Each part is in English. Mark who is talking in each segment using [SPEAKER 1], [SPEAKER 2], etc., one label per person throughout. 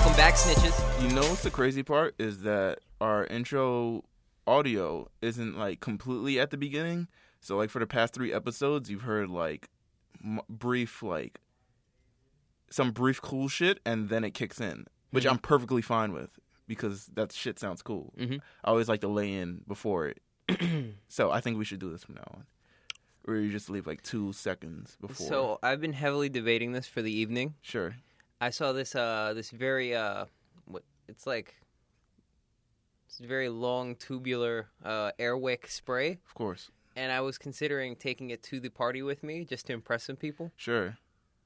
[SPEAKER 1] snitches.
[SPEAKER 2] You know what's the crazy part is that our intro audio isn't like completely at the beginning. So like for the past three episodes, you've heard like m- brief like some brief cool shit, and then it kicks in, which I'm perfectly fine with because that shit sounds cool.
[SPEAKER 1] Mhm.
[SPEAKER 2] I always like to lay in before it. so I think we should do this from now on, where you just leave like two seconds before.
[SPEAKER 1] So I've been heavily debating this for the evening.
[SPEAKER 2] sure,
[SPEAKER 1] I saw this uh this very uh what it's like it's a very long tubular uh airwick spray
[SPEAKER 2] of course,
[SPEAKER 1] and I was considering taking it to the party with me just to impress some people.
[SPEAKER 2] sure.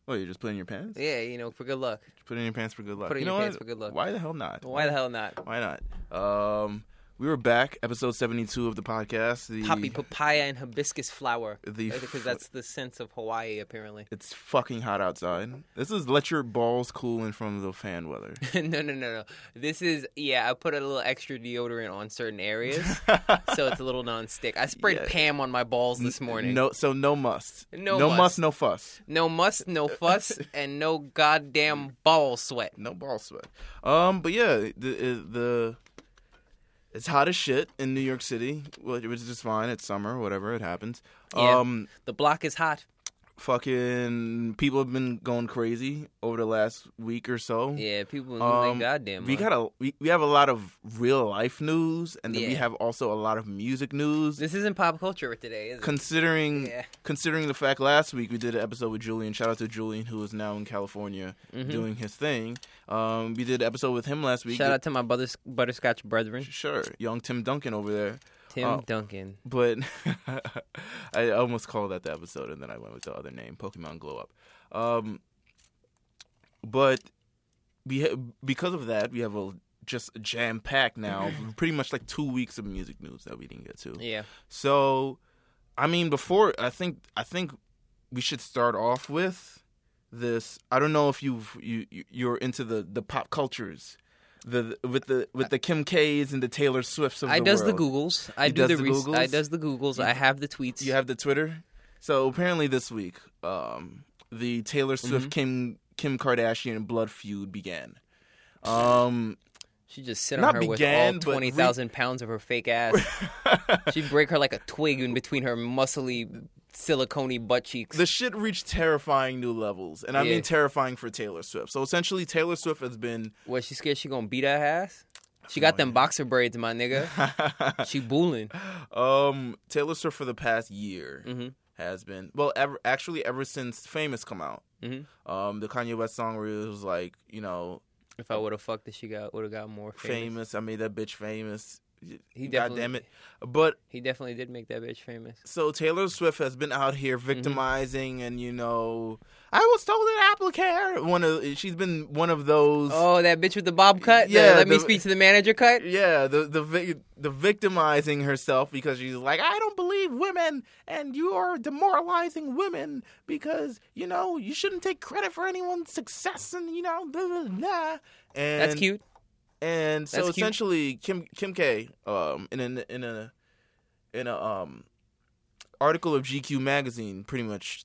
[SPEAKER 2] Oh, you just put it in your pants.
[SPEAKER 1] Yeah, you know, for good luck.
[SPEAKER 2] Put it in your pants for good luck.
[SPEAKER 1] Put it
[SPEAKER 2] you
[SPEAKER 1] in
[SPEAKER 2] know
[SPEAKER 1] your pants
[SPEAKER 2] what?
[SPEAKER 1] for good luck.
[SPEAKER 2] Why the hell not?
[SPEAKER 1] Why the hell not?
[SPEAKER 2] Why not? Um, we were back, episode seventy-two of the podcast. The
[SPEAKER 1] Poppy papaya and hibiscus flower.
[SPEAKER 2] The
[SPEAKER 1] Right, because
[SPEAKER 2] f-
[SPEAKER 1] that's the sense of Hawaii apparently.
[SPEAKER 2] It's fucking hot outside. This is let your balls cool in from the fan weather.
[SPEAKER 1] no, no, no, no. This is yeah, I put a little extra deodorant on certain areas. so it's a little non-stick. I sprayed
[SPEAKER 2] Yeah.
[SPEAKER 1] Pam on my balls this morning.
[SPEAKER 2] No, so no must.
[SPEAKER 1] No
[SPEAKER 2] no
[SPEAKER 1] must.
[SPEAKER 2] must. No fuss.
[SPEAKER 1] No must, no fuss, and no goddamn ball sweat.
[SPEAKER 2] No ball sweat. Um, but yeah, the the it's hot as shit in New York City, which which is just fine. It's summer, whatever. It happens.
[SPEAKER 1] Yeah.
[SPEAKER 2] Um,
[SPEAKER 1] The block is hot.
[SPEAKER 2] fucking people have been going crazy over the last week or so.
[SPEAKER 1] Yeah, people losing
[SPEAKER 2] Um,
[SPEAKER 1] goddamn.
[SPEAKER 2] we
[SPEAKER 1] mind.
[SPEAKER 2] got a we, we have a lot of real life news and then we
[SPEAKER 1] Yeah.
[SPEAKER 2] have also a lot of music news
[SPEAKER 1] This isn't pop culture today, is it?
[SPEAKER 2] considering
[SPEAKER 1] Yeah.
[SPEAKER 2] considering the fact last week we did an episode with Julian shout out to Julian who is now in California doing his thing um we did an episode with him last week
[SPEAKER 1] Mm-hmm. Shout out to my butters- butterscotch brethren,
[SPEAKER 2] sure young Tim Duncan over there
[SPEAKER 1] Tim
[SPEAKER 2] Oh.
[SPEAKER 1] Duncan.
[SPEAKER 2] but I almost called that the episode, and then I went with the other name, Pokemon Glow Up. Um, but we ha- because of that, we have a just jam packed now, pretty much like two weeks of music news that we didn't get to.
[SPEAKER 1] Yeah,
[SPEAKER 2] So, I mean, before I think I think we should start off with this. I don't know if you've you you- you're into the the pop cultures. The, with the with the Kim K's and the Taylor Swifts of
[SPEAKER 1] I
[SPEAKER 2] the
[SPEAKER 1] does
[SPEAKER 2] world.
[SPEAKER 1] the googles. I
[SPEAKER 2] He
[SPEAKER 1] do
[SPEAKER 2] does
[SPEAKER 1] the,
[SPEAKER 2] the
[SPEAKER 1] res- I
[SPEAKER 2] Googles?
[SPEAKER 1] does the googles. I have the tweets.
[SPEAKER 2] You have the Twitter. So apparently this week, um, the Taylor Swift Kim Kim Kardashian blood feud began. Um,
[SPEAKER 1] she just sit
[SPEAKER 2] Not
[SPEAKER 1] on her
[SPEAKER 2] began,
[SPEAKER 1] with
[SPEAKER 2] but
[SPEAKER 1] all
[SPEAKER 2] re-
[SPEAKER 1] twenty thousand pounds of her fake ass. She'd break her like a twig in between her muscly, silicone butt cheeks.
[SPEAKER 2] the shit reached terrifying new levels, and I
[SPEAKER 1] Yeah.
[SPEAKER 2] mean terrifying for Taylor Swift. So essentially, Taylor Swift has been
[SPEAKER 1] What she scared she gonna beat her ass? She got them boxer braids, my nigga. she booling.
[SPEAKER 2] um, Taylor Swift for the past year
[SPEAKER 1] Mhm.
[SPEAKER 2] has been well, ever actually ever since Famous come out.
[SPEAKER 1] Mhm.
[SPEAKER 2] Um, the Kanye West song where it was like, you know,
[SPEAKER 1] If I would have fucked it, she got would have got more famous.
[SPEAKER 2] famous. I made that bitch famous.
[SPEAKER 1] He
[SPEAKER 2] God
[SPEAKER 1] definitely-
[SPEAKER 2] damn it! But
[SPEAKER 1] He definitely did make that bitch famous.
[SPEAKER 2] So Taylor Swift has been out here
[SPEAKER 1] Mm-hmm.
[SPEAKER 2] victimizing, and you know, I was told an applicator. One of she's been one of those.
[SPEAKER 1] Oh, that bitch with the bob cut. The
[SPEAKER 2] Yeah,
[SPEAKER 1] let me
[SPEAKER 2] the-
[SPEAKER 1] speak to the manager cut.
[SPEAKER 2] Yeah, the the vi- the victimizing herself because she's like, I don't believe women, and you are demoralizing women because you know you shouldn't take credit for anyone's success, and you know, blah, blah, blah. And
[SPEAKER 1] That's cute.
[SPEAKER 2] And so
[SPEAKER 1] That's cute.
[SPEAKER 2] essentially, Kim Kim K, um, in a in a in a um article of GQ magazine, pretty much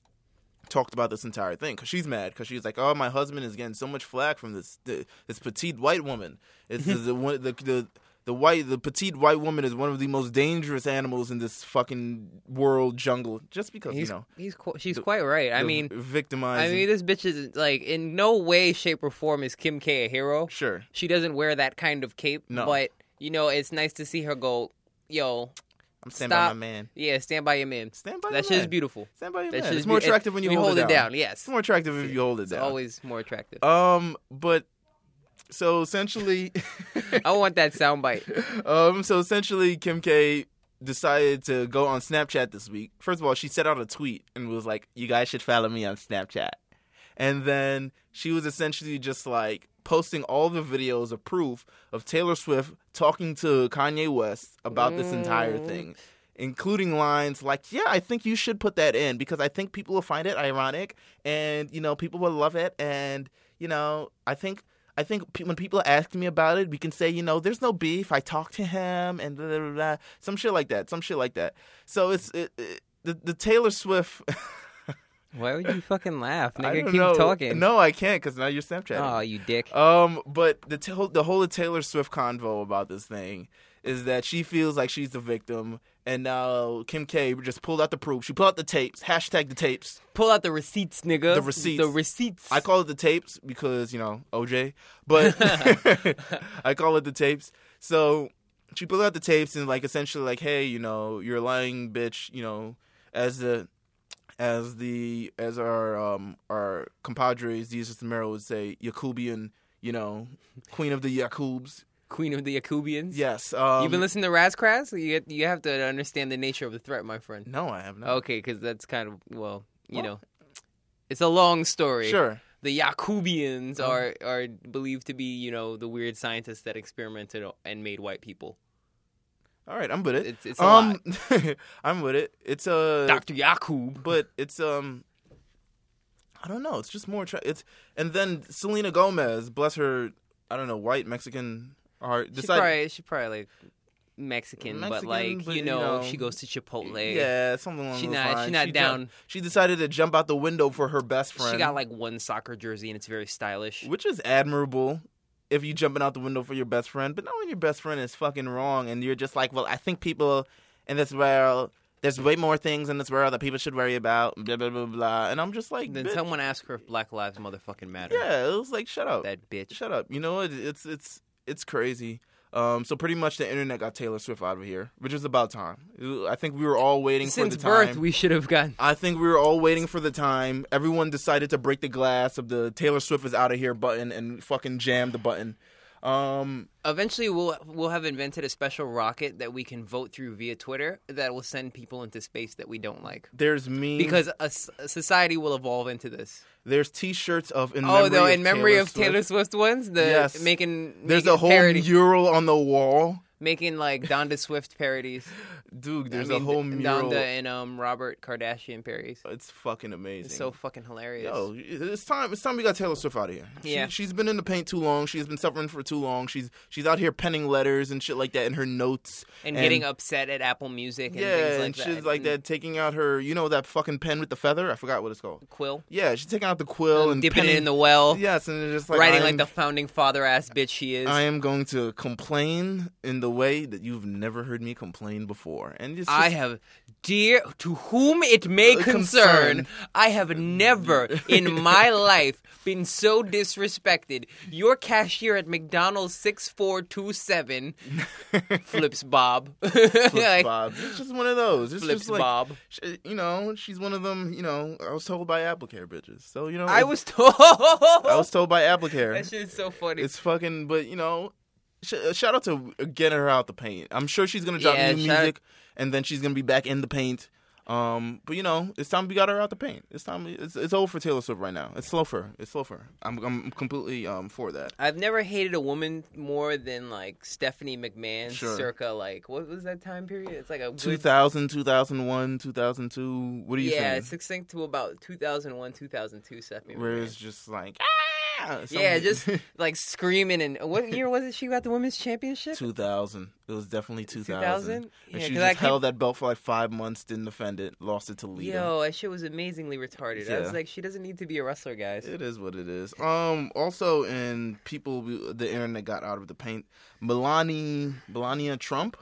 [SPEAKER 2] talked about this entire thing because she's mad because she's like, oh, my husband is getting so much flack from this this petite white woman. It's
[SPEAKER 1] Mm-hmm.
[SPEAKER 2] the, the one the the the white the petite white woman is one of the most dangerous animals in this fucking world jungle. Just because
[SPEAKER 1] He's
[SPEAKER 2] you know,
[SPEAKER 1] he's qu- she's quite right. I
[SPEAKER 2] the
[SPEAKER 1] mean, I
[SPEAKER 2] victimizing.
[SPEAKER 1] mean, this bitch is like in no way, shape, or form is Kim K a hero.
[SPEAKER 2] sure.
[SPEAKER 1] She doesn't wear that kind of cape.
[SPEAKER 2] No.
[SPEAKER 1] But you know, it's nice to see her go. Yo,
[SPEAKER 2] I'm standing by
[SPEAKER 1] stop.
[SPEAKER 2] my man.
[SPEAKER 1] Yeah, stand by your man.
[SPEAKER 2] Stand by your
[SPEAKER 1] That shit is
[SPEAKER 2] man.
[SPEAKER 1] beautiful.
[SPEAKER 2] Stand by your
[SPEAKER 1] That
[SPEAKER 2] man.
[SPEAKER 1] shit
[SPEAKER 2] It's
[SPEAKER 1] is
[SPEAKER 2] more
[SPEAKER 1] beau-
[SPEAKER 2] attractive when you hold,
[SPEAKER 1] it down.
[SPEAKER 2] It's
[SPEAKER 1] Yes,
[SPEAKER 2] more attractive if you hold it
[SPEAKER 1] it's
[SPEAKER 2] down.
[SPEAKER 1] always more attractive.
[SPEAKER 2] Um, but so essentially,
[SPEAKER 1] I want that soundbite.
[SPEAKER 2] um, so essentially, Kim K decided to go on Snapchat this week. First of all, she sent out a tweet and was like, "You guys should follow me on Snapchat." And then she was essentially just like posting all the videos of proof of Taylor Swift talking to Kanye West about this entire
[SPEAKER 1] Mm.
[SPEAKER 2] thing. Including lines like, "Yeah, I think you should put that in because I think people will find it ironic, and you know, people will love it, and you know, I think I think pe- when people ask me about it, we can say, you know, there's no beef. I talked to him and blah, blah, blah, blah. some shit like that. Some shit like that. So it's it, it, the, the Taylor Swift
[SPEAKER 1] Why would you fucking laugh?
[SPEAKER 2] I
[SPEAKER 1] Nigga,
[SPEAKER 2] don't
[SPEAKER 1] keep
[SPEAKER 2] know.
[SPEAKER 1] talking.
[SPEAKER 2] No, I can't because now you're Snapchatting.
[SPEAKER 1] Oh, you dick.
[SPEAKER 2] Um, but the ta- the whole of Taylor Swift convo about this thing is that she feels like she's the victim, and now Kim K just pulled out the proof. She pulled out the tapes. Hashtag the tapes.
[SPEAKER 1] Pull out the receipts, nigga.
[SPEAKER 2] The receipts.
[SPEAKER 1] The receipts.
[SPEAKER 2] I call it the tapes because you know OJ, but I call it the tapes. So she pulled out the tapes and like essentially like, hey, you know, you're a lying bitch. You know, as the as the as our um our compadres, Jesus and Merrill would say, Yacubian. You know, queen of the Yakubs.
[SPEAKER 1] Queen of the Yacubians.
[SPEAKER 2] Yes. Um,
[SPEAKER 1] You've been listening to Razzcrass? You get, you have to understand the nature of the threat, my friend.
[SPEAKER 2] No, I have not.
[SPEAKER 1] Okay, because that's kind of well, you
[SPEAKER 2] Well-
[SPEAKER 1] know, it's a long story.
[SPEAKER 2] Sure. Uh-huh.
[SPEAKER 1] The Yacubians are are believed to be you know the weird scientists that experimented o- and made white people.
[SPEAKER 2] All right, I'm with it.
[SPEAKER 1] It's it's a lot.
[SPEAKER 2] um, I'm with it. It's a
[SPEAKER 1] Doctor Yakub.
[SPEAKER 2] but it's um I don't know. It's just more tra- it's and then Selena Gomez, bless her, I don't know, white Mexican heart
[SPEAKER 1] She
[SPEAKER 2] decide-
[SPEAKER 1] probably she probably like Mexican, but
[SPEAKER 2] Mexican,
[SPEAKER 1] like
[SPEAKER 2] but,
[SPEAKER 1] you,
[SPEAKER 2] you
[SPEAKER 1] know,
[SPEAKER 2] know,
[SPEAKER 1] she goes to Chipotle.
[SPEAKER 2] yeah, something along
[SPEAKER 1] She
[SPEAKER 2] those
[SPEAKER 1] not she
[SPEAKER 2] lines.
[SPEAKER 1] not
[SPEAKER 2] She
[SPEAKER 1] down.
[SPEAKER 2] jumped- she decided to jump out the window for her best friend.
[SPEAKER 1] She got like one soccer jersey and it's very stylish.
[SPEAKER 2] which is admirable if you jumping out the window for your best friend, but not when your best friend is fucking wrong and you're just like, well, I think people in this world, there's way more things in this world that people should worry about, blah blah blah blah. And I'm just like,
[SPEAKER 1] Then
[SPEAKER 2] bitch,
[SPEAKER 1] someone asked her if Black Lives motherfucking matter.
[SPEAKER 2] yeah, it was like, shut up,
[SPEAKER 1] That bitch.
[SPEAKER 2] shut up. You know what? It's it's it's crazy. Um, so pretty much the internet got Taylor Swift out of here, which is about time. I think we were all waiting
[SPEAKER 1] Since
[SPEAKER 2] for the time.
[SPEAKER 1] birth, we should have gotten
[SPEAKER 2] I think we were all waiting for the time. Everyone decided to break the glass of the Taylor Swift is out of here button and fucking jam the button. Um,
[SPEAKER 1] Eventually, we'll we'll have invented a special rocket that we can vote through via Twitter that will send people into space that we don't like.
[SPEAKER 2] there's memes.
[SPEAKER 1] Because a, s- a society will evolve into this.
[SPEAKER 2] there's T-shirts of in
[SPEAKER 1] oh,
[SPEAKER 2] memory
[SPEAKER 1] though,
[SPEAKER 2] of
[SPEAKER 1] in memory
[SPEAKER 2] Taylor
[SPEAKER 1] of Taylor
[SPEAKER 2] Swift.
[SPEAKER 1] Swift ones, the
[SPEAKER 2] Yes.
[SPEAKER 1] making
[SPEAKER 2] There's
[SPEAKER 1] making
[SPEAKER 2] a whole
[SPEAKER 1] parody,
[SPEAKER 2] mural on the wall,
[SPEAKER 1] making like Donda Swift parodies.
[SPEAKER 2] dude. There's
[SPEAKER 1] I mean,
[SPEAKER 2] a whole mural.
[SPEAKER 1] Donda and um Robert Kardashian parodies.
[SPEAKER 2] It's fucking amazing.
[SPEAKER 1] It's so fucking hilarious.
[SPEAKER 2] Yo, it's time. It's time we got Taylor Swift out of here.
[SPEAKER 1] Yeah.
[SPEAKER 2] she, has been in the paint too long. She's been suffering for too long. She's she's out here penning letters and shit like that in her notes
[SPEAKER 1] and, getting upset at Apple Music and
[SPEAKER 2] yeah,
[SPEAKER 1] things like
[SPEAKER 2] and
[SPEAKER 1] that. Mm.
[SPEAKER 2] shit's like
[SPEAKER 1] and
[SPEAKER 2] that. Taking out her, you know, that fucking pen with the feather. I forgot what it's called.
[SPEAKER 1] Quill.
[SPEAKER 2] Yeah, she's taking out the quill and
[SPEAKER 1] Uh, dipping it
[SPEAKER 2] penning-
[SPEAKER 1] in the well.
[SPEAKER 2] Yes, and it's just like
[SPEAKER 1] writing
[SPEAKER 2] I am,
[SPEAKER 1] like the founding father ass bitch she is.
[SPEAKER 2] I am going to complain in the way that you've never heard me complain before, and it's just,
[SPEAKER 1] I have, dear, to whom it may
[SPEAKER 2] Uh,
[SPEAKER 1] concern,
[SPEAKER 2] concern.
[SPEAKER 1] I have never in my life been so disrespected. Your cashier at McDonald's 6427 flips Bob.
[SPEAKER 2] Flips
[SPEAKER 1] Like,
[SPEAKER 2] Bob. It's just one of those. It's
[SPEAKER 1] flips
[SPEAKER 2] just like,
[SPEAKER 1] Bob.
[SPEAKER 2] sh- you know, she's one of them. You know, I was told by AppleCare bitches. So you know,
[SPEAKER 1] I
[SPEAKER 2] it's-
[SPEAKER 1] was told.
[SPEAKER 2] I was told by AppleCare.
[SPEAKER 1] that shit is so funny.
[SPEAKER 2] It's fucking, but you know, sh- uh, shout out to getting her out the paint. I'm sure she's gonna drop
[SPEAKER 1] Yeah,
[SPEAKER 2] new
[SPEAKER 1] shout-
[SPEAKER 2] music, and then she's gonna be back in the paint. Um, but you know, it's time we got her out the paint. It's time. It's it's old for Taylor Swift right now. It's slow for her. It's slow for her. I'm I'm completely um for that.
[SPEAKER 1] I've never hated a woman more than like Stephanie McMahon
[SPEAKER 2] Sure.
[SPEAKER 1] circa like what was that time period? It's like a good
[SPEAKER 2] 2000, 2001, 2002. What do you
[SPEAKER 1] yeah,
[SPEAKER 2] think?
[SPEAKER 1] it's succinct to about 2001, 2002 Stephanie McMahon.
[SPEAKER 2] Where it's just like ah, something-
[SPEAKER 1] Yeah, just like screaming and what year was it she got the women's championship?
[SPEAKER 2] 2000. It was definitely 2000.
[SPEAKER 1] 2000?
[SPEAKER 2] And
[SPEAKER 1] Yeah,
[SPEAKER 2] she
[SPEAKER 1] 'cause
[SPEAKER 2] just
[SPEAKER 1] I
[SPEAKER 2] held that belt for like five months, didn't defend it, lost it to Lita.
[SPEAKER 1] Yo, that shit was amazingly retarded. I was
[SPEAKER 2] Yeah.
[SPEAKER 1] like, she doesn't need to be a wrestler, guys.
[SPEAKER 2] It is what it is. Um. Also, and people, the internet got out of the paint. Melania, Melania Trump.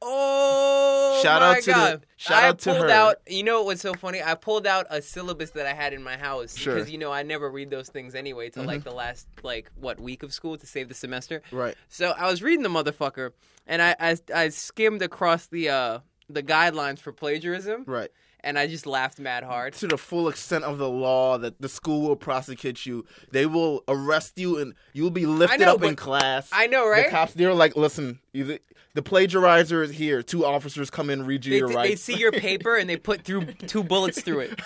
[SPEAKER 1] Oh,
[SPEAKER 2] Shout
[SPEAKER 1] my
[SPEAKER 2] out to the-
[SPEAKER 1] God.
[SPEAKER 2] shout
[SPEAKER 1] I
[SPEAKER 2] out to
[SPEAKER 1] pulled
[SPEAKER 2] her.
[SPEAKER 1] out. You know what's so funny? I pulled out a syllabus that I had in my house
[SPEAKER 2] Sure. Mm-hmm.
[SPEAKER 1] because you know I never read those things anyway till like the last like what week of school to save the semester.
[SPEAKER 2] Right.
[SPEAKER 1] So I was reading the motherfucker, and I I, I skimmed across the uh the guidelines for plagiarism,
[SPEAKER 2] Right.
[SPEAKER 1] and I just laughed mad hard.
[SPEAKER 2] To the full extent of the law, that the school will prosecute you. They will arrest you, and you'll be lifted
[SPEAKER 1] know,
[SPEAKER 2] up in
[SPEAKER 1] but-
[SPEAKER 2] class.
[SPEAKER 1] I know,
[SPEAKER 2] The
[SPEAKER 1] right?
[SPEAKER 2] cops, they're like, listen, either, the plagiarizer is here. Two officers come in, read you
[SPEAKER 1] They,
[SPEAKER 2] your
[SPEAKER 1] they
[SPEAKER 2] rights.
[SPEAKER 1] see your paper and they put through two bullets through it.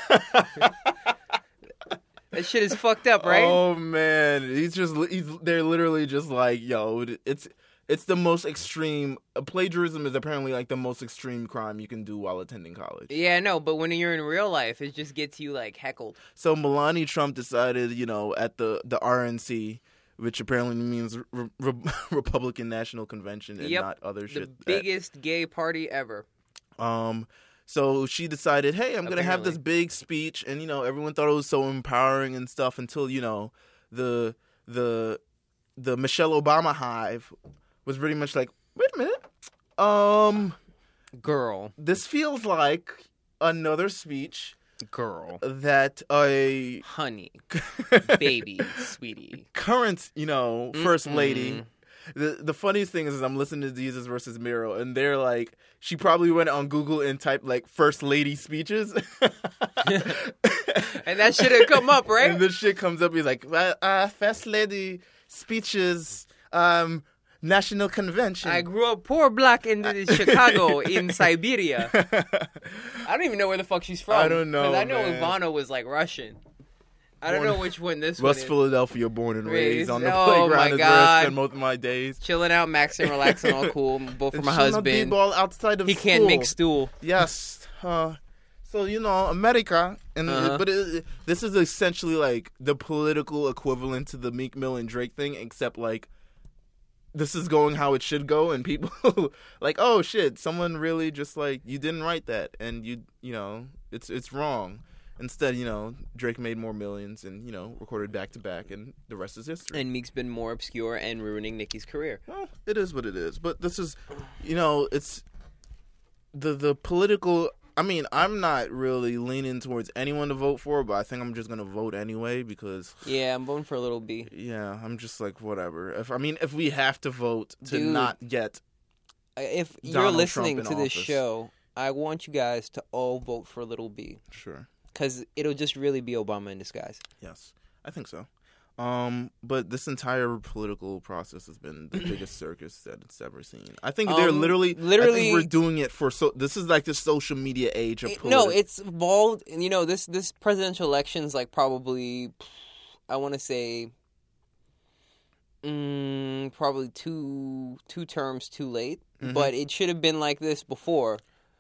[SPEAKER 1] that shit is fucked up, right?
[SPEAKER 2] Oh man, he's just he's, they're literally just like, yo, it's it's the most extreme. uh, Plagiarism is apparently like the most extreme crime you can do while attending college.
[SPEAKER 1] Yeah, no, but when you're in real life, it just gets you like heckled.
[SPEAKER 2] So Melania Trump decided, you know, at the the RNC, which apparently means re- re- Republican National Convention and
[SPEAKER 1] Yep,
[SPEAKER 2] not other
[SPEAKER 1] The
[SPEAKER 2] shit. that-
[SPEAKER 1] biggest gay party ever.
[SPEAKER 2] um, So she decided, hey, I'm going to have
[SPEAKER 1] Apparently.
[SPEAKER 2] this big speech. And, you know, everyone thought it was so empowering and stuff until, you know, the, the, the Michelle Obama hive was pretty much like, wait a minute. Um,
[SPEAKER 1] Girl,
[SPEAKER 2] this feels like another speech
[SPEAKER 1] girl,
[SPEAKER 2] that a
[SPEAKER 1] honey, baby, sweetie.
[SPEAKER 2] current, you know, 1st lady.
[SPEAKER 1] Mm-mm.
[SPEAKER 2] The the funniest thing is, is I'm listening to Jesus versus Miro, and they're like, she probably went on Google and typed like first lady speeches,
[SPEAKER 1] And that should have come up, right?
[SPEAKER 2] and this shit comes up. He's like, well, uh, first lady speeches, um, national convention.
[SPEAKER 1] I grew up poor black in the- Chicago in Siberia. I don't even know where the fuck she's from.
[SPEAKER 2] I don't know,
[SPEAKER 1] 'Cause I know
[SPEAKER 2] man.
[SPEAKER 1] Ivana was like Russian. I don't
[SPEAKER 2] Born-
[SPEAKER 1] know which one this
[SPEAKER 2] West
[SPEAKER 1] one is.
[SPEAKER 2] Philadelphia, born and raised
[SPEAKER 1] Raised.
[SPEAKER 2] on the
[SPEAKER 1] Oh, my
[SPEAKER 2] playground is where I
[SPEAKER 1] God.
[SPEAKER 2] spend most of my days.
[SPEAKER 1] Chilling out, maxing, relaxing, all cool. Both for my husband.
[SPEAKER 2] ball outside of
[SPEAKER 1] He can't make stool.
[SPEAKER 2] Yes. Uh, so you know America, and
[SPEAKER 1] Uh-huh.
[SPEAKER 2] but it, this is essentially like the political equivalent to the Meek Mill and Drake thing, except like this is going how it should go, and people like, oh shit, someone really just like you didn't write that, and you you know it's it's wrong. Instead, you know, Drake made more millions and you know recorded back to back, and the rest is history.
[SPEAKER 1] And Meek's been more obscure and ruining Nicki's career.
[SPEAKER 2] Well, it is what it is. But this is, you know, it's the the political. I mean, I'm not really leaning towards anyone to vote for, but I think I'm just gonna vote anyway because,
[SPEAKER 1] Yeah, I'm voting for a little B.
[SPEAKER 2] yeah, I'm just like whatever. If I mean, if we have to vote to
[SPEAKER 1] Dude.
[SPEAKER 2] not get,
[SPEAKER 1] Uh, If you're
[SPEAKER 2] Donald Trump
[SPEAKER 1] listening
[SPEAKER 2] in
[SPEAKER 1] to
[SPEAKER 2] office.
[SPEAKER 1] this show, I want you guys to all vote for Little B
[SPEAKER 2] sure,
[SPEAKER 1] because it'll just really be Obama in disguise.
[SPEAKER 2] yes, I think so. Um, but this entire political process has been the biggest circus that it's ever seen. I think they're
[SPEAKER 1] Um,
[SPEAKER 2] literally, literally, I
[SPEAKER 1] literally-
[SPEAKER 2] think we're doing it for so. This is like the social media age of
[SPEAKER 1] It-
[SPEAKER 2] politi-
[SPEAKER 1] no, it's evolved. and, You know, this this presidential election's like probably, I want to say, mm, probably two two terms too late.
[SPEAKER 2] Mhm.
[SPEAKER 1] But it should have been like this before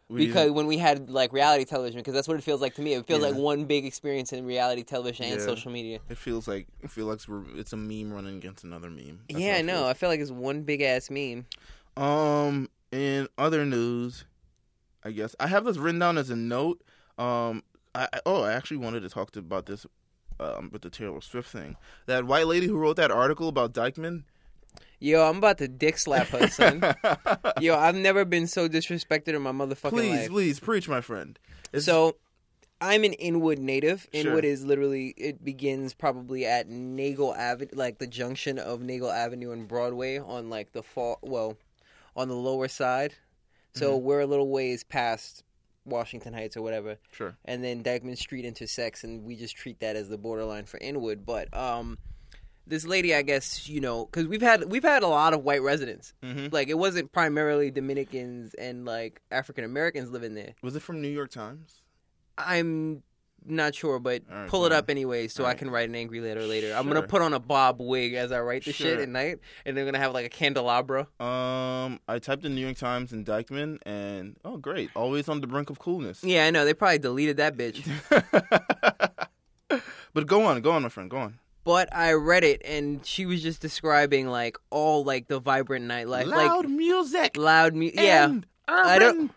[SPEAKER 2] We-
[SPEAKER 1] because when we had like reality television, because that's what it feels like to me. It feels
[SPEAKER 2] Yeah.
[SPEAKER 1] like one big experience in reality television and
[SPEAKER 2] Yeah.
[SPEAKER 1] social media.
[SPEAKER 2] It feels like it feels like we're, it's a meme running against another meme. That's
[SPEAKER 1] yeah,
[SPEAKER 2] how
[SPEAKER 1] I
[SPEAKER 2] it
[SPEAKER 1] know. I feel like it's one big ass meme.
[SPEAKER 2] feels. Um, in other news, I guess I have this written down as a note. Um, I I- oh, I actually wanted to talk to, about this, um, with the Taylor Swift thing. That white lady who wrote that article about Dykeman.
[SPEAKER 1] Yo, I'm about to dick slap her, son. Yo, I've never been so disrespected in my motherfucking
[SPEAKER 2] please,
[SPEAKER 1] life.
[SPEAKER 2] please preach, my friend. It's-
[SPEAKER 1] So I'm an Inwood native. Inwood
[SPEAKER 2] Sure.
[SPEAKER 1] is literally it begins probably at Nagle Avenue, like the junction of Nagle Avenue and Broadway on like the fall. Well, on the lower side. So
[SPEAKER 2] Mm-hmm.
[SPEAKER 1] we're a little ways past Washington Heights or whatever,
[SPEAKER 2] sure.
[SPEAKER 1] and then Dyckman Street intersects, and we just treat that as the borderline for Inwood. But um, this lady, I guess you know, because we've had we've had a lot of white residents.
[SPEAKER 2] hmm
[SPEAKER 1] Like it wasn't primarily Dominicans and like African Americans living there.
[SPEAKER 2] Was it from New York Times?
[SPEAKER 1] I'm not sure, but
[SPEAKER 2] All right,
[SPEAKER 1] pull it
[SPEAKER 2] fine.
[SPEAKER 1] up anyway so I
[SPEAKER 2] Alright.
[SPEAKER 1] can write an angry letter later. I'm gonna
[SPEAKER 2] Sure.
[SPEAKER 1] put on a bob wig as I write the shit
[SPEAKER 2] Sure.
[SPEAKER 1] at night, and they're gonna have like a candelabra.
[SPEAKER 2] Um, I typed in New York Times and Dykeman, and oh, great! Always on the brink of coolness.
[SPEAKER 1] Yeah, I know they probably deleted that bitch.
[SPEAKER 2] but go on, go on, my friend, go on.
[SPEAKER 1] but I read it, and she was just describing like all like the vibrant nightlife, like
[SPEAKER 2] music.
[SPEAKER 1] loud music. Yeah,
[SPEAKER 2] and
[SPEAKER 1] I don't-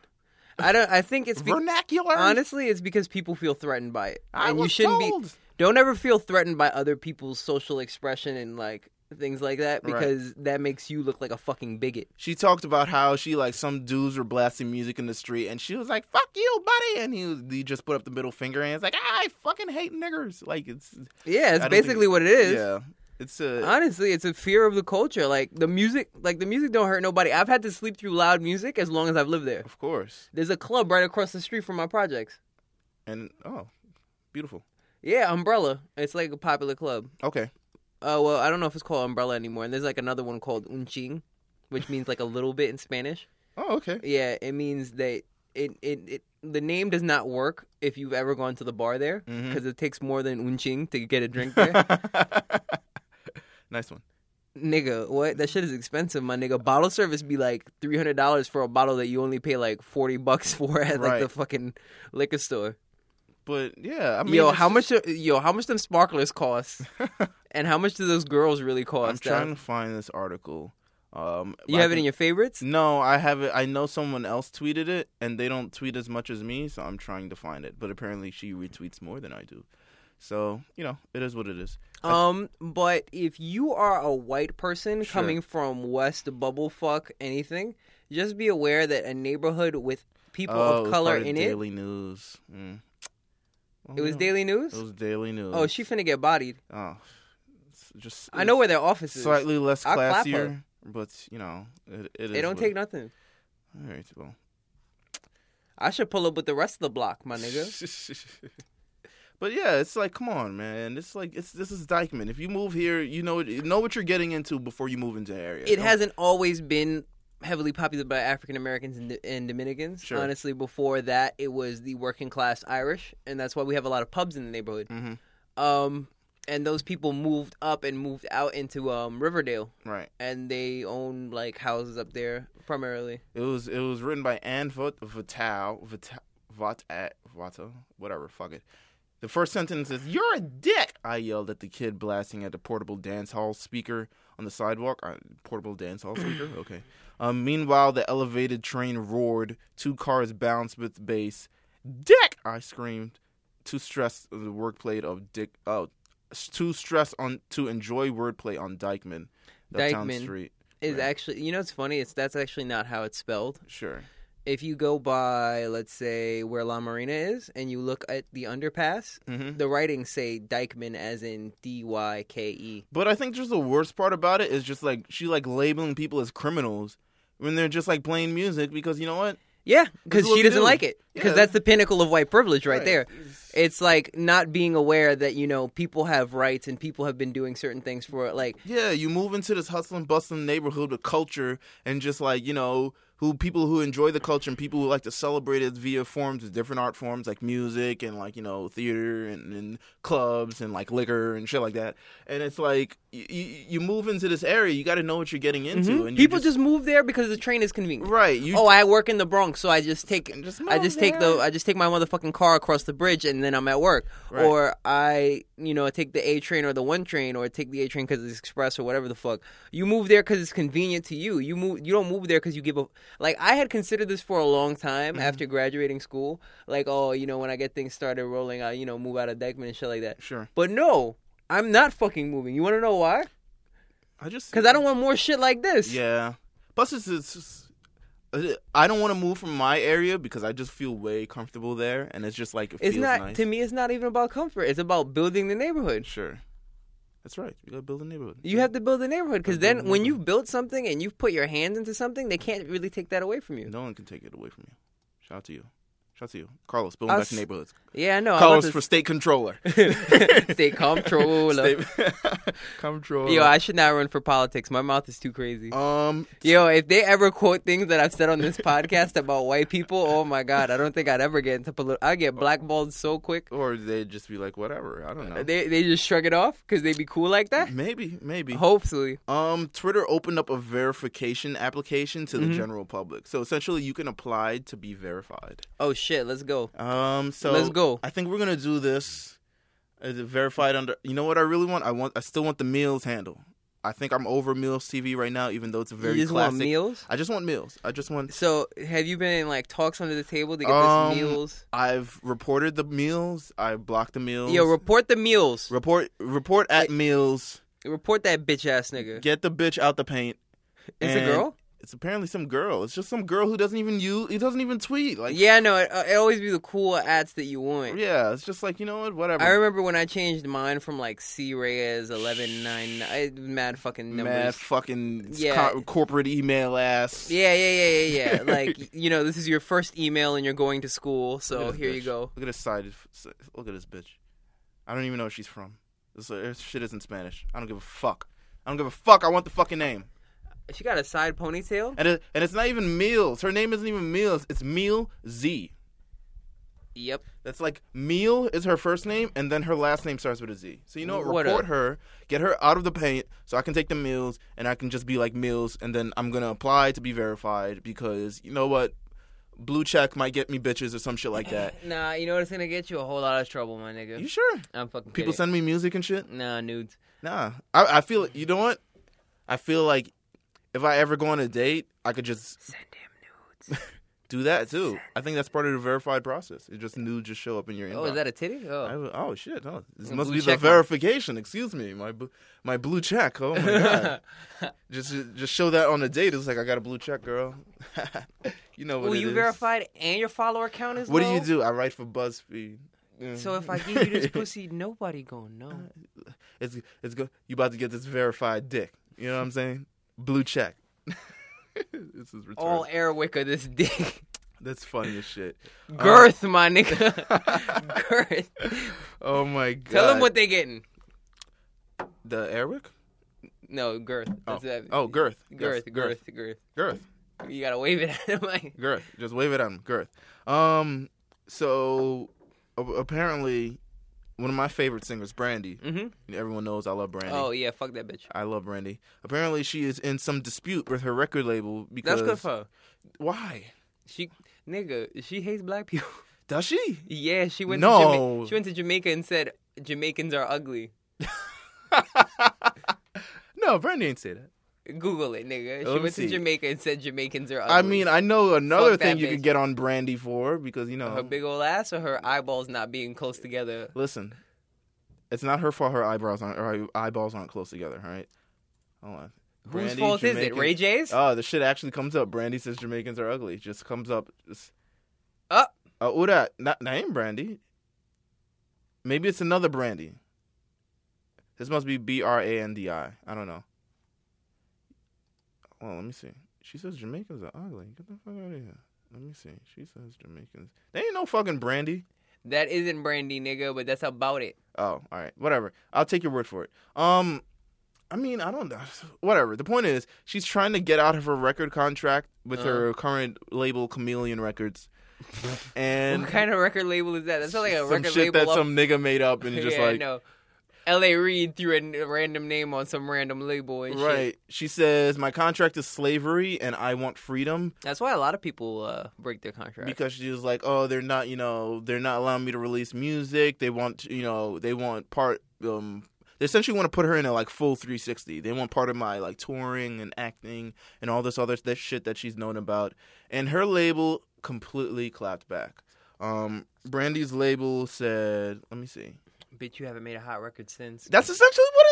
[SPEAKER 1] I don't. I think it's be-
[SPEAKER 2] vernacular.
[SPEAKER 1] honestly it's because people feel threatened by it, and you
[SPEAKER 2] was
[SPEAKER 1] shouldn't be.
[SPEAKER 2] told.
[SPEAKER 1] Don't ever feel threatened by other people's social expression and like things like that
[SPEAKER 2] Right.
[SPEAKER 1] because that makes you look like a fucking bigot.
[SPEAKER 2] She talked about how she like some dudes were blasting music in the street, and she was like, "Fuck you, buddy," and he, was, he just put up the middle finger, and it's like, "Ah, "I fucking hate niggers." Like it's
[SPEAKER 1] Yeah, it's
[SPEAKER 2] I don't think-
[SPEAKER 1] basically what it is.
[SPEAKER 2] yeah, it's uh, a
[SPEAKER 1] Honestly, it's a fear of the culture. Like the music, like the music don't hurt nobody. I've had to sleep through loud music as long as I've lived there.
[SPEAKER 2] of course,
[SPEAKER 1] There's a club right across the street from my projects.
[SPEAKER 2] and oh, beautiful.
[SPEAKER 1] Yeah, Umbrella. It's like a popular club.
[SPEAKER 2] Okay,
[SPEAKER 1] Oh well, I don't know if it's called Umbrella anymore. And there's like another one called Un Ching, which means like a little bit in Spanish.
[SPEAKER 2] oh okay,
[SPEAKER 1] Yeah, it means that it it, it the name does not work if you've ever gone to the bar there
[SPEAKER 2] Mhm.
[SPEAKER 1] because it takes more than Un Ching to get a drink there.
[SPEAKER 2] nice one.
[SPEAKER 1] Nigga, what? That shit is expensive, my nigga. Bottle service be like three hundred dollars for a bottle that you only pay like forty bucks for at like
[SPEAKER 2] Right.
[SPEAKER 1] the fucking liquor store.
[SPEAKER 2] But yeah, I mean,
[SPEAKER 1] yo,
[SPEAKER 2] it's
[SPEAKER 1] how
[SPEAKER 2] just-
[SPEAKER 1] much? Yo, how much them sparklers cost? and how much do those girls really cost?
[SPEAKER 2] I'm trying to find this article. Um,
[SPEAKER 1] You
[SPEAKER 2] I
[SPEAKER 1] have it
[SPEAKER 2] can-
[SPEAKER 1] in your favorites?
[SPEAKER 2] No, I have it. I know someone else tweeted it, and they don't tweet as much as me, so I'm trying to find it. But apparently, she retweets more than I do. So you know, it is what it is.
[SPEAKER 1] Um, but if you are a white person
[SPEAKER 2] Sure.
[SPEAKER 1] coming from West Bubblefuck anything, just be aware that a neighborhood with people
[SPEAKER 2] Oh, it
[SPEAKER 1] of
[SPEAKER 2] was
[SPEAKER 1] color
[SPEAKER 2] part
[SPEAKER 1] in it,
[SPEAKER 2] Daily News. Mm. Well,
[SPEAKER 1] it was
[SPEAKER 2] yeah.
[SPEAKER 1] Daily News.
[SPEAKER 2] It was Daily News.
[SPEAKER 1] oh, she finna get bodied.
[SPEAKER 2] Oh, it's just
[SPEAKER 1] I know
[SPEAKER 2] it's
[SPEAKER 1] where their office is.
[SPEAKER 2] slightly less
[SPEAKER 1] I'll clap her.
[SPEAKER 2] classier, but you know, it, it is.
[SPEAKER 1] they don't
[SPEAKER 2] what-
[SPEAKER 1] take nothing.
[SPEAKER 2] All right, well,
[SPEAKER 1] I should pull up with the rest of the block, my nigga.
[SPEAKER 2] nigga. but yeah, it's like, come on, man. It's like it's this is Dykeman. If you move here, you know you know what you're getting into before you move into the area.
[SPEAKER 1] It
[SPEAKER 2] Don't-
[SPEAKER 1] hasn't always been heavily populated by African Americans and, and Dominicans.
[SPEAKER 2] Sure.
[SPEAKER 1] Honestly, before that, it was the working class Irish, and that's why we have a lot of pubs in the neighborhood.
[SPEAKER 2] Mhm.
[SPEAKER 1] Um, and those people moved up and moved out into um, Riverdale.
[SPEAKER 2] right.
[SPEAKER 1] and they own like houses up there primarily.
[SPEAKER 2] It was it was written by Anne Vot Vital Vital Vot at Vata whatever. Fuck it. The first sentence is "You're a dick," I yelled at the kid blasting at a portable dance hall speaker on the sidewalk. Uh, portable dance hall speaker, okay. Um, meanwhile, the elevated train roared. Two cars bounced with bass. Dick! I screamed, too stressed of the wordplay of dick. Oh, s- too stressed on to enjoy wordplay on Dykeman, Uptown
[SPEAKER 1] Dykeman.
[SPEAKER 2] Street.
[SPEAKER 1] Is
[SPEAKER 2] Right.
[SPEAKER 1] actually you know it's funny. It's that's actually not how it's spelled.
[SPEAKER 2] Sure.
[SPEAKER 1] If you go by let's say where La Marina is and you look at the underpass,
[SPEAKER 2] Mm-hmm.
[SPEAKER 1] the writings say Dykeman as in D Y K E.
[SPEAKER 2] But I think just the worst part about it is just like she like labeling people as criminals when they're just like playing music because you know what?
[SPEAKER 1] Yeah, because
[SPEAKER 2] That's what
[SPEAKER 1] she
[SPEAKER 2] we
[SPEAKER 1] doesn't
[SPEAKER 2] do.
[SPEAKER 1] like it. Because
[SPEAKER 2] Yeah.
[SPEAKER 1] that's the pinnacle of white privilege right, there.
[SPEAKER 2] It's-
[SPEAKER 1] It's like not being aware that you know people have rights and people have been doing certain things for like
[SPEAKER 2] Yeah, you move into this hustling, bustling neighborhood of culture and just like, you know, who people who enjoy the culture and people who like to celebrate it via forms, different art forms like music and like, you know, theater and, and clubs and like liquor and shit like that. And it's like, you, you move into this area, you got to know what you're getting into.
[SPEAKER 1] Mhm.
[SPEAKER 2] And you
[SPEAKER 1] people just move there because the train is convenient.
[SPEAKER 2] Right. You,
[SPEAKER 1] oh, I work in the Bronx, so I just take
[SPEAKER 2] And just
[SPEAKER 1] I
[SPEAKER 2] move
[SPEAKER 1] just take the
[SPEAKER 2] there.
[SPEAKER 1] I just take my motherfucking car across the bridge and then I'm at work.
[SPEAKER 2] Right.
[SPEAKER 1] Or I, you know, take the A train or the one train or take the A train cuz it's express or whatever the fuck. You move there cuz it's convenient to you. You move you don't move there cuz you give a like I had considered this for a long
[SPEAKER 2] Mm-hmm.
[SPEAKER 1] time after graduating school, like oh, you know, when I get things started rolling, I you know, move out of Dyckman and shit like that.
[SPEAKER 2] Sure.
[SPEAKER 1] But no, I'm not fucking moving. You want to know why?
[SPEAKER 2] I just.
[SPEAKER 1] Cuz I don't want more shit like this.
[SPEAKER 2] Yeah. Plus, it's, it's just- I don't want to move from my area because I just feel way comfortable there, and it's just like it
[SPEAKER 1] It's
[SPEAKER 2] feels
[SPEAKER 1] not
[SPEAKER 2] nice.
[SPEAKER 1] to me. It's not even about comfort. It's about building the neighborhood.
[SPEAKER 2] Sure, that's right. You gotta build a neighborhood.
[SPEAKER 1] You have to build a neighborhood because
[SPEAKER 2] Gotta build a
[SPEAKER 1] then when
[SPEAKER 2] neighborhood.
[SPEAKER 1] you've built something and you've put your hands into something, they can't really take that away from you.
[SPEAKER 2] No one can take it away from you. Shout out to you. Shout out to you, Carlos. Building
[SPEAKER 1] Us-
[SPEAKER 2] back neighborhoods.
[SPEAKER 1] Yeah, I know. I'm about
[SPEAKER 2] Carlos
[SPEAKER 1] to
[SPEAKER 2] for state controller.
[SPEAKER 1] stay comptroller.
[SPEAKER 2] State- controller.
[SPEAKER 1] Yo, I should not run for politics. My mouth is too crazy.
[SPEAKER 2] um.
[SPEAKER 1] Yo, if they ever quote things that I've said on this podcast about white people, oh my god, I don't think I'd ever get into political. I get blackballed so quick.
[SPEAKER 2] Or they'd just be like, whatever. I don't know.
[SPEAKER 1] They they just shrug it off because they be cool like that.
[SPEAKER 2] maybe, maybe.
[SPEAKER 1] Hopefully,
[SPEAKER 2] Um, Twitter opened up a verification application to the
[SPEAKER 1] Mm-hmm.
[SPEAKER 2] general public. So essentially, you can apply to be verified.
[SPEAKER 1] oh shit, let's go.
[SPEAKER 2] Um, so
[SPEAKER 1] Let's go.
[SPEAKER 2] I think we're gonna do this. Is it verified under? You know what I really want? I want. I still want the meals handle. I think I'm over meals TV right now, even though it's a very
[SPEAKER 1] you just
[SPEAKER 2] classic.
[SPEAKER 1] want meals.
[SPEAKER 2] I just want meals. I just want.
[SPEAKER 1] So, have you been in like talks under the table to get
[SPEAKER 2] Um,
[SPEAKER 1] this meals?
[SPEAKER 2] I've reported the meals. I blocked the meals.
[SPEAKER 1] Yo, report the meals.
[SPEAKER 2] report report at meals.
[SPEAKER 1] report that bitch ass nigga.
[SPEAKER 2] Get the bitch out the paint.
[SPEAKER 1] it's a
[SPEAKER 2] and-
[SPEAKER 1] girl.
[SPEAKER 2] It's apparently some girl. It's just some girl who doesn't even use. He doesn't even tweet. Like
[SPEAKER 1] yeah, no, it, it always be the cool ads that you want.
[SPEAKER 2] yeah. It's just like you know what? Whatever.
[SPEAKER 1] I remember when I changed mine from like C Reyes eleven nine. I mad fucking numbers.
[SPEAKER 2] Mad fucking
[SPEAKER 1] Yeah.
[SPEAKER 2] co- corporate email ass.
[SPEAKER 1] yeah, yeah, yeah, yeah, yeah. like you know, this is your first email and you're going to school,
[SPEAKER 2] Look
[SPEAKER 1] so
[SPEAKER 2] at this
[SPEAKER 1] here you
[SPEAKER 2] bitch.
[SPEAKER 1] go.
[SPEAKER 2] Look at this side. Look at this bitch. I don't even know where she's from. This, uh, this shit isn't Spanish. I don't give a fuck. I don't give a fuck. I want the fucking name.
[SPEAKER 1] She got a side ponytail.
[SPEAKER 2] And it, and it's not even Meals. Her name isn't even Meals. It's Meal Z.
[SPEAKER 1] Yep.
[SPEAKER 2] That's like Meal is her first name, and then her last name starts with a Z. So you know, what?
[SPEAKER 1] What a-
[SPEAKER 2] report her, get her out of the paint, so I can take the Meals, and I can just be like Meals, and then I'm gonna apply to be verified because you know what, blue check might get me bitches or some shit like that.
[SPEAKER 1] Nah, you know what? It's gonna get you a whole lot of trouble, my nigga.
[SPEAKER 2] you sure?
[SPEAKER 1] I'm fucking
[SPEAKER 2] People
[SPEAKER 1] kidding.
[SPEAKER 2] send me music and shit.
[SPEAKER 1] nah nudes.
[SPEAKER 2] Nah, I, I feel you know what? I feel like if I ever go on a date, I could just
[SPEAKER 1] Send him nudes.
[SPEAKER 2] do that too. I think that's part of the verified process. It just nude just show up in your inbox.
[SPEAKER 1] oh, is that a titty?
[SPEAKER 2] I
[SPEAKER 1] Oh.
[SPEAKER 2] w- oh shit! No, this
[SPEAKER 1] A
[SPEAKER 2] must
[SPEAKER 1] blue
[SPEAKER 2] be the
[SPEAKER 1] check mark.
[SPEAKER 2] verification. Excuse me, my bu- my blue check. Oh my god! just just show that on a date. It's like I got a blue check, girl. you know what?
[SPEAKER 1] well,
[SPEAKER 2] it
[SPEAKER 1] you
[SPEAKER 2] is.
[SPEAKER 1] verified and your follower count is
[SPEAKER 2] What do
[SPEAKER 1] low?
[SPEAKER 2] you do? I write for BuzzFeed. Mm.
[SPEAKER 1] So if I give you this pussy, nobody gonna know.
[SPEAKER 2] Uh, it's it's go. You about to get this verified dick. You know what I'm saying? Blue check. this is retarded.
[SPEAKER 1] All air wick of this dick.
[SPEAKER 2] That's funny as shit. Uh,
[SPEAKER 1] Girth, my nigga. Girth.
[SPEAKER 2] oh my god.
[SPEAKER 1] Tell them what they getting.
[SPEAKER 2] the Eric.
[SPEAKER 1] No, girth.
[SPEAKER 2] Oh,
[SPEAKER 1] That's that-
[SPEAKER 2] oh girth. Yes,
[SPEAKER 1] girth, girth, girth,
[SPEAKER 2] girth.
[SPEAKER 1] You gotta wave it at him like.
[SPEAKER 2] Girth. Just wave it at him. Girth. Um. So a- apparently, one of my favorite singers, Brandy.
[SPEAKER 1] Mm-hmm.
[SPEAKER 2] Everyone knows I love Brandy.
[SPEAKER 1] Oh yeah, fuck that bitch.
[SPEAKER 2] I love Brandy. Apparently, she is in some dispute with her record label because
[SPEAKER 1] That's good for her.
[SPEAKER 2] why
[SPEAKER 1] She nigga, she hates black people.
[SPEAKER 2] does she?
[SPEAKER 1] yeah, she went. to
[SPEAKER 2] No.
[SPEAKER 1] Jama- she went to Jamaica and said Jamaicans are ugly.
[SPEAKER 2] no, Brandy ain't say that.
[SPEAKER 1] Google it, nigga.
[SPEAKER 2] Let
[SPEAKER 1] She
[SPEAKER 2] me
[SPEAKER 1] went
[SPEAKER 2] see.
[SPEAKER 1] to Jamaica and said Jamaicans are ugly.
[SPEAKER 2] I mean, I know another
[SPEAKER 1] Fuck that
[SPEAKER 2] thing you could
[SPEAKER 1] bitch.
[SPEAKER 2] get on Brandy for because you know
[SPEAKER 1] her big old ass or her eyeballs not being close together.
[SPEAKER 2] Listen, it's not her fault. Her eyebrows aren't. Her eyeballs aren't close together. All right. Hold on.
[SPEAKER 1] Whose
[SPEAKER 2] Brandy,
[SPEAKER 1] fault is it?
[SPEAKER 2] Jamaican-
[SPEAKER 1] Ray J's?
[SPEAKER 2] Oh, the shit actually comes up. Brandy says Jamaicans are ugly. Just comes up. Just...
[SPEAKER 1] Uh.
[SPEAKER 2] Uh, who that? Not, that ain't Brandy. Maybe it's another Brandy. This must be B R A N D I. I don't know. Well, let me see. She says Jamaicans are ugly. Get the fuck out of here. Let me see. She says Jamaicans. They ain't no fucking Brandy.
[SPEAKER 1] That isn't Brandy, nigga, but that's about it.
[SPEAKER 2] Oh, all right. Whatever. I'll take your word for it. Um I mean, I don't know. Whatever. The point is, she's trying to get out of her record contract with
[SPEAKER 1] Uh.
[SPEAKER 2] her current label Chameleon Records. and
[SPEAKER 1] what kind of record label is that? That sounds like a
[SPEAKER 2] some
[SPEAKER 1] record
[SPEAKER 2] shit
[SPEAKER 1] label
[SPEAKER 2] that
[SPEAKER 1] up.
[SPEAKER 2] some nigga made up and just
[SPEAKER 1] yeah,
[SPEAKER 2] like
[SPEAKER 1] no. L.A. Reid threw a n- a random name on some random label and shit.
[SPEAKER 2] Right. She says, "My contract is slavery and I want freedom."
[SPEAKER 1] That's why a lot of people uh, break their contract.
[SPEAKER 2] because she was like, "Oh, they're not, you know, they're not allowing me to release music. They want, you know, they want part. Um, they essentially want to put her in a like full 360. They want part of my like touring and acting and all this other this shit that she's known about. And her label completely clapped back. Um, Brandy's label said, "Let me see.
[SPEAKER 1] Bitch, you haven't made a hot record since.
[SPEAKER 2] That's essentially what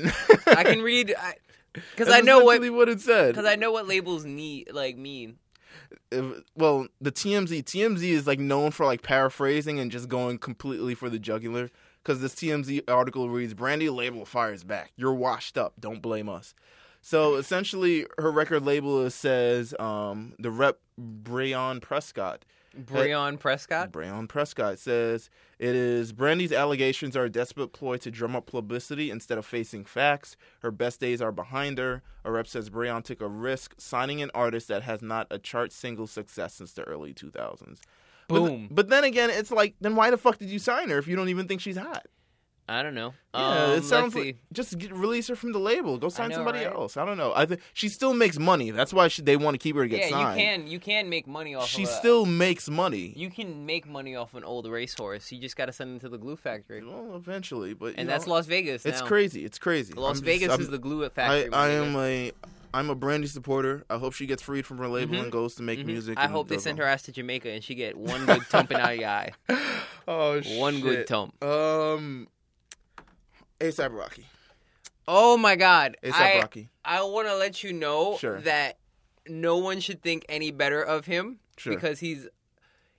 [SPEAKER 2] it said.
[SPEAKER 1] I can read, because I, know what,
[SPEAKER 2] essentially what it said.
[SPEAKER 1] because I know what labels need, like mean.
[SPEAKER 2] if- well, the TMZ TMZ is like known for like paraphrasing and just going completely for the jugular. Because this TMZ article reads, "Brandy label fires back. You're washed up. Don't blame us." So essentially, her record label is- says um, the rep Breon Prescott.
[SPEAKER 1] Breon Prescott.
[SPEAKER 2] Breon Prescott says it is Brandy's allegations are a desperate ploy to drum up publicity instead of facing facts. Her best days are behind her. A rep says Breon took a risk signing an artist that has not a chart single success since the early 2000s. But-
[SPEAKER 1] Boom.
[SPEAKER 2] But, then again, it's like, then why the fuck did you sign her if you don't even think she's hot?
[SPEAKER 1] I don't know.
[SPEAKER 2] Yeah,
[SPEAKER 1] um,
[SPEAKER 2] it sounds
[SPEAKER 1] let's
[SPEAKER 2] like
[SPEAKER 1] see.
[SPEAKER 2] just get, release her from the label. Go sign
[SPEAKER 1] know,
[SPEAKER 2] somebody
[SPEAKER 1] right?
[SPEAKER 2] else. I don't know. I think she still makes money. That's why she, they want to keep her to get
[SPEAKER 1] Yeah,
[SPEAKER 2] signed.
[SPEAKER 1] you can you can make money off.
[SPEAKER 2] She
[SPEAKER 1] of a-
[SPEAKER 2] still makes money.
[SPEAKER 1] you can make money off an old racehorse. You just got to send them to the glue factory,
[SPEAKER 2] well, eventually, but you
[SPEAKER 1] and that's
[SPEAKER 2] know.
[SPEAKER 1] Las Vegas.
[SPEAKER 2] It's
[SPEAKER 1] now.
[SPEAKER 2] crazy. It's crazy.
[SPEAKER 1] Las
[SPEAKER 2] I'm just-
[SPEAKER 1] Vegas
[SPEAKER 2] I'm-
[SPEAKER 1] is the glue
[SPEAKER 2] I,
[SPEAKER 1] factory. my
[SPEAKER 2] I
[SPEAKER 1] nigga.
[SPEAKER 2] am a I'm a Brandy supporter. I hope she gets freed from her label
[SPEAKER 1] Mhm.
[SPEAKER 2] and goes to make
[SPEAKER 1] Mhm.
[SPEAKER 2] music.
[SPEAKER 1] I
[SPEAKER 2] and
[SPEAKER 1] hope they
[SPEAKER 2] does
[SPEAKER 1] send her
[SPEAKER 2] all-
[SPEAKER 1] ass to Jamaica and she get one good thumping out of your eye.
[SPEAKER 2] Oh
[SPEAKER 1] One good thump.
[SPEAKER 2] Um, ASAP Rocky.
[SPEAKER 1] Oh my God!
[SPEAKER 2] ASAP
[SPEAKER 1] I
[SPEAKER 2] Rocky.
[SPEAKER 1] I want to let you know
[SPEAKER 2] Sure.
[SPEAKER 1] that no one should think any better of him
[SPEAKER 2] Sure.
[SPEAKER 1] because he's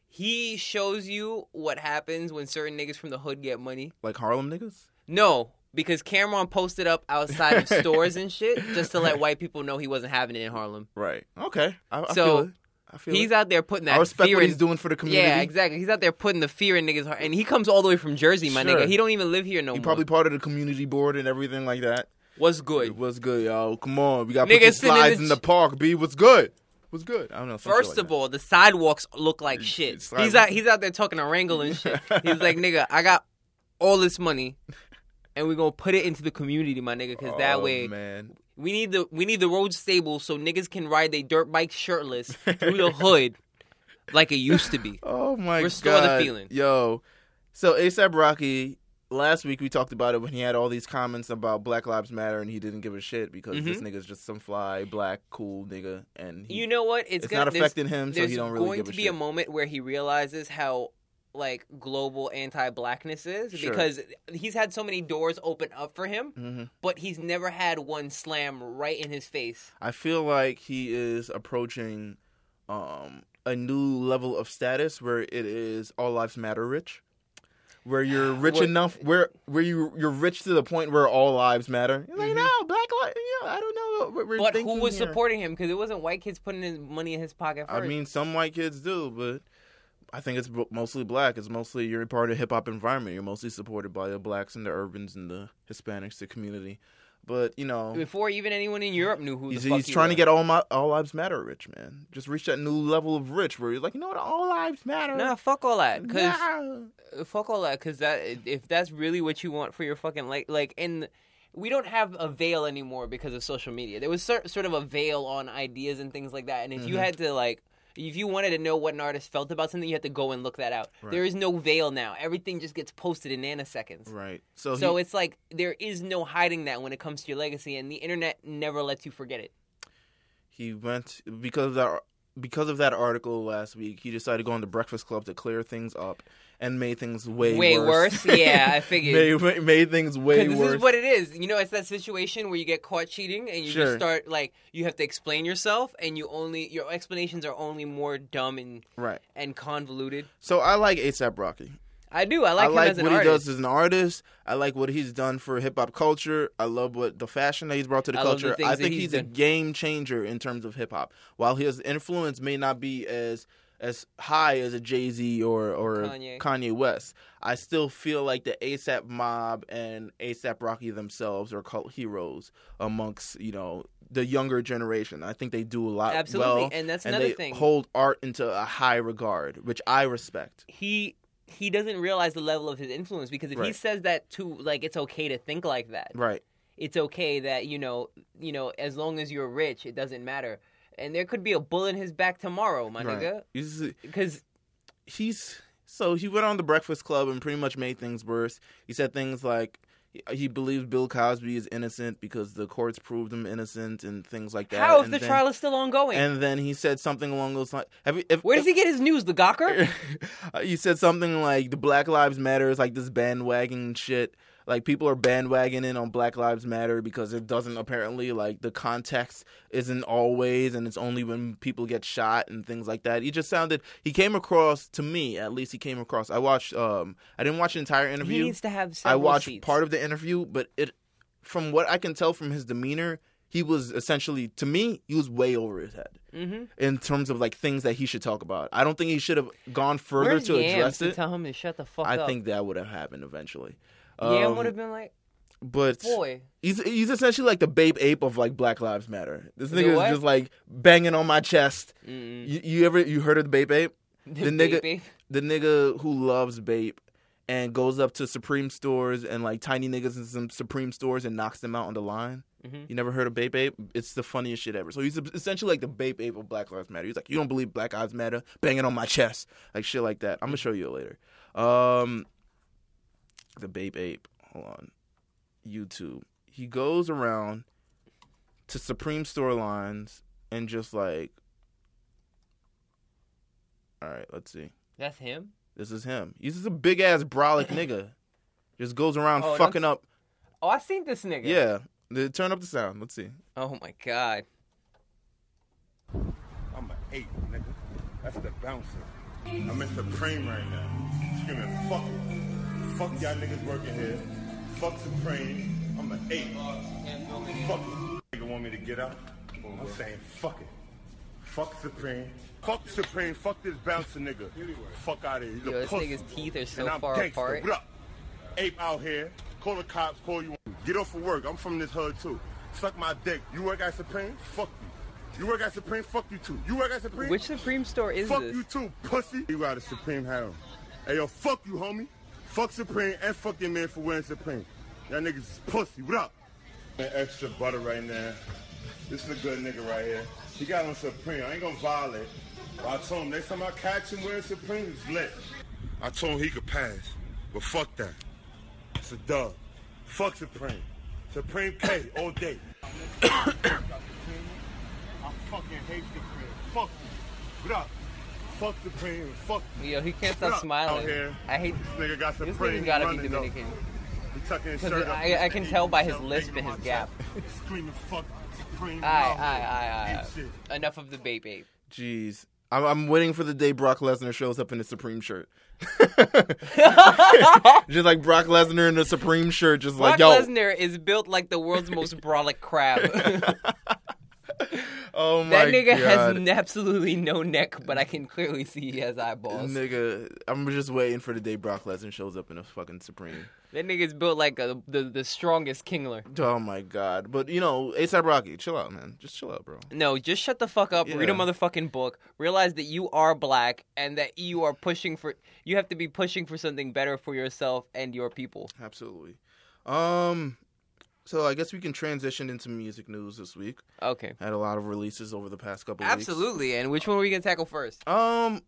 [SPEAKER 1] he shows you what happens when certain niggas from the hood get money.
[SPEAKER 2] like Harlem niggas.
[SPEAKER 1] No, because Cameron posted up outside of stores and shit just to let white people know he wasn't having it in Harlem.
[SPEAKER 2] Right. Okay. I, I
[SPEAKER 1] So,
[SPEAKER 2] feel it. I feel
[SPEAKER 1] He's
[SPEAKER 2] it.
[SPEAKER 1] out there putting that
[SPEAKER 2] I respect
[SPEAKER 1] fear
[SPEAKER 2] what
[SPEAKER 1] in-
[SPEAKER 2] he's doing for the community.
[SPEAKER 1] Yeah, exactly. He's out there putting the fear in niggas' heart, and he comes all the way from Jersey, my
[SPEAKER 2] Sure.
[SPEAKER 1] nigga. He don't even live here no
[SPEAKER 2] He
[SPEAKER 1] more.
[SPEAKER 2] probably part of the community board and everything like that.
[SPEAKER 1] What's
[SPEAKER 2] It
[SPEAKER 1] good?
[SPEAKER 2] was good, y'all. Come on, we got to put
[SPEAKER 1] Niggas
[SPEAKER 2] these
[SPEAKER 1] sitting in
[SPEAKER 2] slides
[SPEAKER 1] the
[SPEAKER 2] in the
[SPEAKER 1] ch-
[SPEAKER 2] park. B, what's good? What's good? I don't know. some shit
[SPEAKER 1] First
[SPEAKER 2] like
[SPEAKER 1] of
[SPEAKER 2] that.
[SPEAKER 1] all, the sidewalks look like shit.
[SPEAKER 2] Sidewalk.
[SPEAKER 1] He's out. He's out there talking to Wrangle and shit. He's like, nigga, I got all this money, and we're gonna put it into the community, my nigga, because that
[SPEAKER 2] Oh,
[SPEAKER 1] way
[SPEAKER 2] man.
[SPEAKER 1] we need the we need the road stable so niggas can ride their dirt bike shirtless through the hood like it used to be.
[SPEAKER 2] Oh my
[SPEAKER 1] Restore the
[SPEAKER 2] god.
[SPEAKER 1] feeling.
[SPEAKER 2] Yo. So ASAP Rocky last week we talked about it when he had all these comments about Black Lives Matter and he didn't give a shit because this nigga's just some fly black cool nigga and he,
[SPEAKER 1] Mm-hmm. You know what? It's,
[SPEAKER 2] it's,
[SPEAKER 1] gonna,
[SPEAKER 2] not
[SPEAKER 1] there's-
[SPEAKER 2] affecting him, so
[SPEAKER 1] there's
[SPEAKER 2] he don't really
[SPEAKER 1] going
[SPEAKER 2] give a
[SPEAKER 1] to be
[SPEAKER 2] shit.
[SPEAKER 1] a moment where he realizes how like global anti-blackness is
[SPEAKER 2] Sure.
[SPEAKER 1] because he's had so many doors open up for him,
[SPEAKER 2] hmm
[SPEAKER 1] but he's never had one slam right in his face.
[SPEAKER 2] I feel like he is approaching um, a new level of status where it is all lives matter rich. Where you're rich
[SPEAKER 1] What-
[SPEAKER 2] enough, where where you you're rich to the point where all lives matter. You're like,
[SPEAKER 1] Mhm.
[SPEAKER 2] no, black lives. Yeah, I don't know. What we're
[SPEAKER 1] But who
[SPEAKER 2] thinking
[SPEAKER 1] was
[SPEAKER 2] here."
[SPEAKER 1] supporting him? Because it wasn't white kids putting his money in his pocket
[SPEAKER 2] I
[SPEAKER 1] first.
[SPEAKER 2] mean, some white kids do, but I think it's bo- mostly black. It's mostly you're part of hip hop environment. You're mostly supported by the blacks and the urbans and the Hispanics, the community. But you know,
[SPEAKER 1] before even anyone in Europe knew who
[SPEAKER 2] he's,
[SPEAKER 1] the fuck
[SPEAKER 2] he's
[SPEAKER 1] he
[SPEAKER 2] trying to
[SPEAKER 1] was.
[SPEAKER 2] get all my all lives matter rich, man. Just reach that new level of rich where you're like, you know what, all lives matter.
[SPEAKER 1] Nah, fuck all that. Because
[SPEAKER 2] Nah.
[SPEAKER 1] fuck all that. Because that if that's really what you want for your fucking like, like, and we don't have a veil anymore because of social media. There was sort sort of a veil on ideas and things like that. And if you
[SPEAKER 2] Mhm.
[SPEAKER 1] had to like. If you wanted to know what an artist felt about something, you had to go and look that out.
[SPEAKER 2] Right.
[SPEAKER 1] There is no veil now. Everything just gets posted in nanoseconds.
[SPEAKER 2] right. So,
[SPEAKER 1] So
[SPEAKER 2] he,
[SPEAKER 1] it's like there is no hiding that when it comes to your legacy, and the internet never lets you forget it.
[SPEAKER 2] he went because of that because of that article last week. He decided to go on the Breakfast Club to clear things up and made things way
[SPEAKER 1] Way worse. yeah, I figured.
[SPEAKER 2] made, ma- made things way
[SPEAKER 1] Because this
[SPEAKER 2] worse.
[SPEAKER 1] is what it is. You know, it's that situation where you get caught cheating and you
[SPEAKER 2] Sure.
[SPEAKER 1] just start like you have to explain yourself, and you only your explanations are only more dumb and
[SPEAKER 2] right.
[SPEAKER 1] and convoluted.
[SPEAKER 2] So I like ASAP Rocky.
[SPEAKER 1] I do. I
[SPEAKER 2] I
[SPEAKER 1] like,
[SPEAKER 2] like,
[SPEAKER 1] him as an
[SPEAKER 2] what he
[SPEAKER 1] artist.
[SPEAKER 2] does as an artist. I like what he's done for hip hop culture. I love what the fashion that he's brought to the
[SPEAKER 1] I love the
[SPEAKER 2] culture.
[SPEAKER 1] things
[SPEAKER 2] I
[SPEAKER 1] that
[SPEAKER 2] think
[SPEAKER 1] he's
[SPEAKER 2] he's, a
[SPEAKER 1] done.
[SPEAKER 2] game changer in terms of hip hop. While his influence may not be as as high as a Jay Z or or
[SPEAKER 1] Kanye.
[SPEAKER 2] Kanye. West, I still feel like the ASAP Mob and ASAP Rocky themselves are cult heroes amongst you know the younger generation. I think they do a lot
[SPEAKER 1] Absolutely,
[SPEAKER 2] well,
[SPEAKER 1] and that's
[SPEAKER 2] and
[SPEAKER 1] another
[SPEAKER 2] they
[SPEAKER 1] thing.
[SPEAKER 2] hold art into a high regard, which I respect.
[SPEAKER 1] he he doesn't realize the level of his influence because if he
[SPEAKER 2] Right.
[SPEAKER 1] says that to like it's okay to think like that.
[SPEAKER 2] Right.
[SPEAKER 1] It's okay that you know you know as long as you're rich, it doesn't matter. And there could be a bullet in his back tomorrow, my
[SPEAKER 2] right.
[SPEAKER 1] nigga.
[SPEAKER 2] He's-
[SPEAKER 1] Because
[SPEAKER 2] he's so he went on the Breakfast Club and pretty much made things worse. He said things like he- he believes Bill Cosby is innocent because the courts proved him innocent and things like that.
[SPEAKER 1] how if
[SPEAKER 2] and
[SPEAKER 1] the
[SPEAKER 2] then,
[SPEAKER 1] trial is still ongoing?
[SPEAKER 2] And then he said something along those lines. Have you, if,
[SPEAKER 1] Where does he get his news? The Gawker.
[SPEAKER 2] he said something like the Black Lives Matter is like this bandwagon shit. Like people are bandwagoning on Black Lives Matter because it doesn't apparently like the context isn't always and it's only when people get shot and things like that. He just sounded he came across to me at least he came across. I watched um I didn't watch the entire
[SPEAKER 1] He
[SPEAKER 2] interview.
[SPEAKER 1] needs to have.
[SPEAKER 2] I
[SPEAKER 1] several
[SPEAKER 2] watched
[SPEAKER 1] seats.
[SPEAKER 2] part of the interview, but it from what I can tell from his demeanor, he was essentially to me he was way over his head
[SPEAKER 1] Mm-hmm.
[SPEAKER 2] in terms of like things that he should talk about. I don't think he should have gone further
[SPEAKER 1] Where's
[SPEAKER 2] to
[SPEAKER 1] Yams
[SPEAKER 2] address
[SPEAKER 1] to
[SPEAKER 2] it.
[SPEAKER 1] tell him to shut the fuck
[SPEAKER 2] I
[SPEAKER 1] up?
[SPEAKER 2] think that would have happened eventually.
[SPEAKER 1] Yam
[SPEAKER 2] Um,
[SPEAKER 1] would have been like,
[SPEAKER 2] but
[SPEAKER 1] boy,
[SPEAKER 2] he's he's essentially like the babe ape of like Black Lives Matter. This
[SPEAKER 1] The
[SPEAKER 2] nigga
[SPEAKER 1] what?
[SPEAKER 2] is just like banging on my chest.
[SPEAKER 1] mm
[SPEAKER 2] You, you ever you heard of the babe ape?
[SPEAKER 1] the
[SPEAKER 2] nigga-
[SPEAKER 1] baby.
[SPEAKER 2] The nigga who loves babe and goes up to Supreme stores and like tiny niggas in some Supreme stores and knocks them out on the line.
[SPEAKER 1] Mhm.
[SPEAKER 2] You never heard of Bape Ape? It's the funniest shit ever. So he's essentially like the Bape Ape of Black Lives Matter. He's like, you don't believe Black Lives Matter? Banging on my chest, like shit like that. I'm gonna show you it later. Um, the Bape Ape. Hold on, YouTube. He goes around to Supreme store lines and just like, all right, let's see.
[SPEAKER 1] That's him.
[SPEAKER 2] This is him. He's just a big ass brolic nigga. Just goes around
[SPEAKER 1] Oh, and I'm-
[SPEAKER 2] fucking up.
[SPEAKER 1] Oh, I seen this nigga.
[SPEAKER 2] Yeah. The- Turn up the sound. Let's see.
[SPEAKER 1] Oh my god.
[SPEAKER 3] I'm an eight, nigga. That's the bouncer. I'm in Supreme right now. Screaming, fuck it. Fuck y'all niggas working here. Fuck Supreme. I'm an eight. Fuck it. Nigga want me to get out? I'm saying, fuck it. Fuck Supreme. Fuck Supreme. Fuck this bouncer nigga. Fuck out of here. He's
[SPEAKER 1] Yo,
[SPEAKER 3] a
[SPEAKER 1] this
[SPEAKER 3] pussy.
[SPEAKER 1] nigga's teeth are so
[SPEAKER 3] and I'm
[SPEAKER 1] far
[SPEAKER 3] gangsta.
[SPEAKER 1] apart.
[SPEAKER 3] What up? Ape out here. Call the cops. Call you. Get off of work. I'm from this hood too. Suck my dick. You work at Supreme? Fuck you. You work at Supreme? Fuck you too. You work at Supreme?
[SPEAKER 1] Which Supreme store is
[SPEAKER 3] Fuck
[SPEAKER 1] this?
[SPEAKER 3] you too, pussy. You got a Supreme hat on. Hey, yo, fuck you, homie. Fuck Supreme and fuck your man for wearing Supreme. Y'all niggas is pussy. What up? Man, extra butter right now. This is a good nigga right here. He got on Supreme. I ain't gonna violate. But I told him next time I catch him wearing Supreme, he's lit. I told him he could pass, but fuck that. It's a dub. Fuck Supreme. Supreme K all day. I fucking hate Supreme. Fuck you. What up? Fuck Supreme. and Fuck
[SPEAKER 1] Yo, he can't
[SPEAKER 3] Shut
[SPEAKER 1] stop
[SPEAKER 3] up out
[SPEAKER 1] smiling.
[SPEAKER 3] here.
[SPEAKER 1] I hate
[SPEAKER 3] this nigga. Got
[SPEAKER 1] this
[SPEAKER 3] Supreme.
[SPEAKER 1] nigga. Gotta be
[SPEAKER 3] running, though.
[SPEAKER 1] Dominican.
[SPEAKER 3] He tucking his
[SPEAKER 1] 'Cause
[SPEAKER 3] shirt up.
[SPEAKER 1] I- I can tell by his lisp and his gap.
[SPEAKER 3] Screaming fuck Supreme.
[SPEAKER 1] Aye,
[SPEAKER 3] out here.
[SPEAKER 1] aye, aye,
[SPEAKER 3] Ape shit.
[SPEAKER 1] aye. Enough of the babe, babe.
[SPEAKER 2] Jeez. I'm, I'm waiting for the day Brock Lesnar shows up in a Supreme shirt. just like Brock Lesnar in a Supreme shirt, just like,
[SPEAKER 1] Brock
[SPEAKER 2] yo.
[SPEAKER 1] Lesnar is built like the world's most brolic crab. that
[SPEAKER 2] Oh my
[SPEAKER 1] nigga has
[SPEAKER 2] God.
[SPEAKER 1] n- absolutely no neck, but I can clearly see he has eyeballs.
[SPEAKER 2] Nigga, I'm just waiting for the day Brock Lesnar shows up in a fucking Supreme.
[SPEAKER 1] That nigga's built like a, the the strongest kingler.
[SPEAKER 2] Oh my God. But, you know, ASAP Rocky, chill out, man. Just chill out, bro.
[SPEAKER 1] No, just shut the fuck up. Read a
[SPEAKER 2] Yeah.
[SPEAKER 1] motherfucking book. Realize that you are black and that you are pushing for. You have to be pushing for something better for yourself and your people.
[SPEAKER 2] Absolutely. Um, so I guess we can transition into music news this week.
[SPEAKER 1] Okay.
[SPEAKER 2] Had a lot of releases over the past couple weeks.
[SPEAKER 1] Absolutely. And which one are we gonna tackle first?
[SPEAKER 2] Absolutely. Um,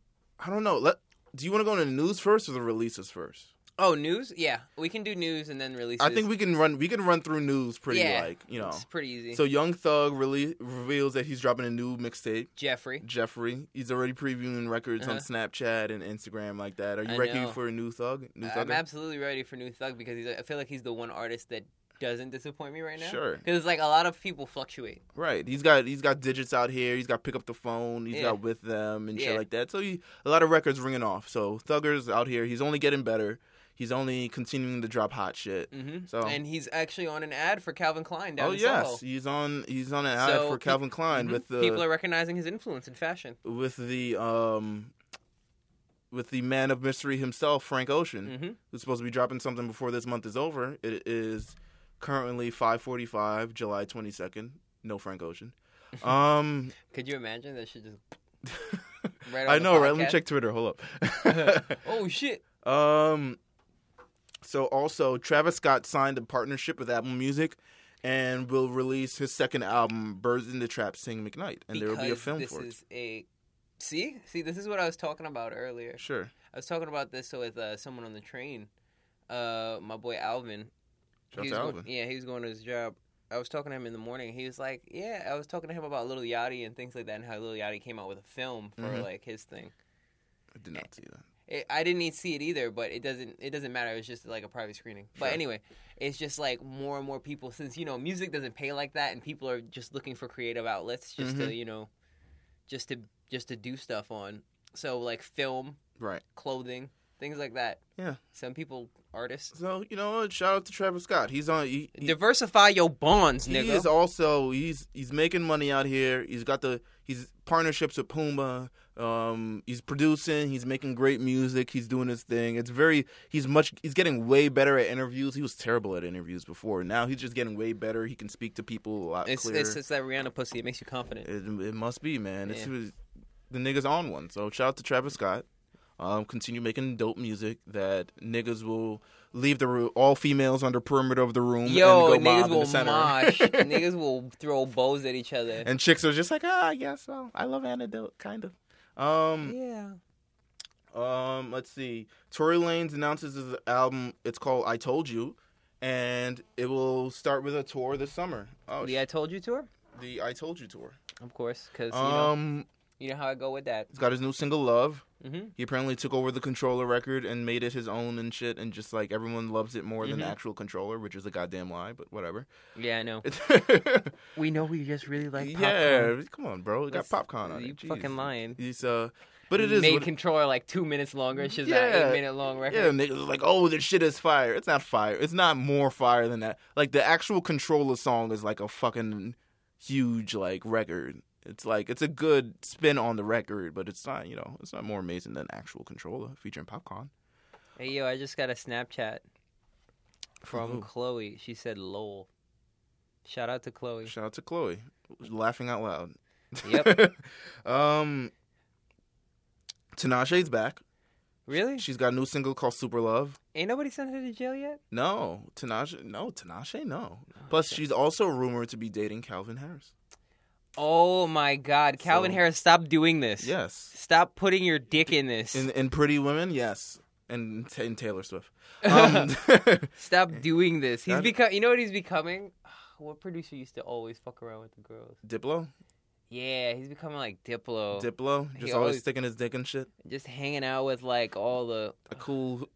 [SPEAKER 2] I don't know. Let do you want to go into the news first or the releases first?
[SPEAKER 1] Oh, news. Yeah, we can do news and then release.
[SPEAKER 2] I think we can run we can run through news pretty like, you know.
[SPEAKER 1] It's pretty easy.
[SPEAKER 2] So Young Thug really reveals that he's dropping a new mixtape,
[SPEAKER 1] Jeffrey.
[SPEAKER 2] Jeffrey. He's already previewing records on
[SPEAKER 1] Uh-huh.
[SPEAKER 2] Snapchat and Instagram like that. Are you
[SPEAKER 1] I
[SPEAKER 2] ready
[SPEAKER 1] know.
[SPEAKER 2] for a new Thug? New
[SPEAKER 1] I'm
[SPEAKER 2] Thugger?
[SPEAKER 1] absolutely ready for New Thug because he's, I feel like he's the one artist that doesn't disappoint me right now.
[SPEAKER 2] Sure.
[SPEAKER 1] Because it's like a lot of people fluctuate.
[SPEAKER 2] Right. He's got he's got digits out here. He's got pick up the phone. He's
[SPEAKER 1] Yeah.
[SPEAKER 2] got with them and shit
[SPEAKER 1] Yeah.
[SPEAKER 2] like that. So he, a lot of records ringing off. So Thugger's out here. He's only getting better. He's only continuing to drop hot shit.
[SPEAKER 1] hmm
[SPEAKER 2] So
[SPEAKER 1] And he's actually on an ad for Calvin Klein down
[SPEAKER 2] oh
[SPEAKER 1] in
[SPEAKER 2] yes,
[SPEAKER 1] Soho.
[SPEAKER 2] he's on he's on an ad
[SPEAKER 1] So
[SPEAKER 2] for
[SPEAKER 1] peop-
[SPEAKER 2] Calvin Klein
[SPEAKER 1] Mhm.
[SPEAKER 2] with the
[SPEAKER 1] people are recognizing his influence in fashion.
[SPEAKER 2] with the um with the man of mystery himself, Frank Ocean,
[SPEAKER 1] Mhm.
[SPEAKER 2] who's supposed to be dropping something before this month is over. It is currently five forty five, July twenty second. No Frank Ocean. Um.
[SPEAKER 1] Could you imagine that should just right? on
[SPEAKER 2] I
[SPEAKER 1] the
[SPEAKER 2] know, right? Let me
[SPEAKER 1] podcast?
[SPEAKER 2] check Twitter. Hold up.
[SPEAKER 1] Oh shit!
[SPEAKER 2] um, so also, Travis Scott signed a partnership with Apple Music, and will release his second album, "Birds in the Trap," Sing McKnight, and there will be a
[SPEAKER 1] Because
[SPEAKER 2] film
[SPEAKER 1] this
[SPEAKER 2] for
[SPEAKER 1] is a see see this is what I was talking about earlier.
[SPEAKER 2] it. Sure.
[SPEAKER 1] I was talking about this with uh, someone on the train. Uh, my boy Alvin.
[SPEAKER 2] Shout out to
[SPEAKER 1] He was go-
[SPEAKER 2] Alvin.
[SPEAKER 1] yeah, he was going to his job. I was talking to him in the morning. He was like, "Yeah, I was talking to him about Lil Yachty and things like that, and how Lil Yachty came out with a film for
[SPEAKER 2] Mhm.
[SPEAKER 1] like his thing."
[SPEAKER 2] I did not see that.
[SPEAKER 1] It, I didn't even see it either, but it doesn't it doesn't matter. It was just like a private screening. But
[SPEAKER 2] Sure.
[SPEAKER 1] anyway, it's just like more and more people since you know music doesn't pay like that, and people are just looking for creative outlets just
[SPEAKER 2] Mm-hmm.
[SPEAKER 1] to you know, just to just to do stuff on. So like film,
[SPEAKER 2] Right.
[SPEAKER 1] clothing, things like that.
[SPEAKER 2] Yeah.
[SPEAKER 1] Some people artists
[SPEAKER 2] So you know, what? shout out to Travis Scott. He's on. He, he-
[SPEAKER 1] diversify your bonds,
[SPEAKER 2] he
[SPEAKER 1] nigga.
[SPEAKER 2] is also he's he's making money out here. He's got the he's partnerships with Puma. Um, he's producing. He's making great music. He's doing his thing. It's very he's much he's getting way better at interviews. He was terrible at interviews before. Now he's just getting way better. He can speak to people a lot
[SPEAKER 1] it's,
[SPEAKER 2] clearer.
[SPEAKER 1] it's it's that Rihanna pussy. It makes you confident.
[SPEAKER 2] it, it must be man. It's,
[SPEAKER 1] Yeah.
[SPEAKER 2] it's- the niggas on one. So shout out to Travis Scott. Um, continue making dope music that niggas will leave the ro- all females under perimeter of the room.
[SPEAKER 1] Yo,
[SPEAKER 2] and go mob
[SPEAKER 1] niggas
[SPEAKER 2] in the
[SPEAKER 1] will
[SPEAKER 2] center.
[SPEAKER 1] mosh. niggas will throw bows at each other.
[SPEAKER 2] and chicks are just like, ah, yes, well, I love antidote, kind of. Um,
[SPEAKER 1] yeah.
[SPEAKER 2] um, let's see. Tory Lanez announces his album. It's called "I Told You," and it will start with a tour this summer. Oh,
[SPEAKER 1] The I
[SPEAKER 2] yeah,
[SPEAKER 1] told you tour.
[SPEAKER 2] the "I Told You" tour.
[SPEAKER 1] Of course, because you, know,
[SPEAKER 2] Um,
[SPEAKER 1] you know how I go with that.
[SPEAKER 2] he's got his new single "Love."
[SPEAKER 1] hmm
[SPEAKER 2] He apparently took over the controller record and made it his own and shit, and just like everyone loves it more than
[SPEAKER 1] Mhm.
[SPEAKER 2] actual controller, which is a goddamn lie, but whatever.
[SPEAKER 1] Yeah, I know. We know we just really like popcorn.
[SPEAKER 2] yeah, come on, bro, it got
[SPEAKER 1] Let's-
[SPEAKER 2] popcorn on
[SPEAKER 1] you
[SPEAKER 2] it. Jeez.
[SPEAKER 1] fucking lying.
[SPEAKER 2] He's uh, but it is
[SPEAKER 1] made
[SPEAKER 2] what it-
[SPEAKER 1] controller like two minutes longer. It's just
[SPEAKER 2] Yeah.
[SPEAKER 1] an eight minute long record.
[SPEAKER 2] Yeah, niggas was like, oh, this shit is fire. It's not fire. It's not more fire than that. Like the actual controller song is like a fucking huge like record. It's like it's a good spin on the record, but it's not you know it's not more amazing than actual controller featuring popcorn.
[SPEAKER 1] Hey yo, I just got a Snapchat from
[SPEAKER 2] Ooh.
[SPEAKER 1] Chloe. She said lol. Shout out to Chloe.
[SPEAKER 2] Shout out to Chloe, laughing out loud.
[SPEAKER 1] Yep.
[SPEAKER 2] um, Tinashe's back.
[SPEAKER 1] Really?
[SPEAKER 2] She's got a new single called Super Love.
[SPEAKER 1] Ain't nobody sent her to jail yet?
[SPEAKER 2] No, Tinashe. No, Tinashe. No. Plus, she's also rumored to be dating Calvin Harris.
[SPEAKER 1] Oh my god. Calvin
[SPEAKER 2] So-
[SPEAKER 1] Harris, stop doing this.
[SPEAKER 2] Yes.
[SPEAKER 1] Stop putting your dick in this.
[SPEAKER 2] In in Pretty Women, yes. and, and Taylor Swift. Um,
[SPEAKER 1] Stop doing this. He's
[SPEAKER 2] Not-
[SPEAKER 1] become. You know what he's becoming? What producer used to always fuck around with the girls?
[SPEAKER 2] Diplo,
[SPEAKER 1] Yeah, he's becoming like Diplo,
[SPEAKER 2] Diplo, just
[SPEAKER 1] He
[SPEAKER 2] always,
[SPEAKER 1] always-
[SPEAKER 2] sticking his dick and shit.
[SPEAKER 1] just hanging out with like all the.
[SPEAKER 2] The cool,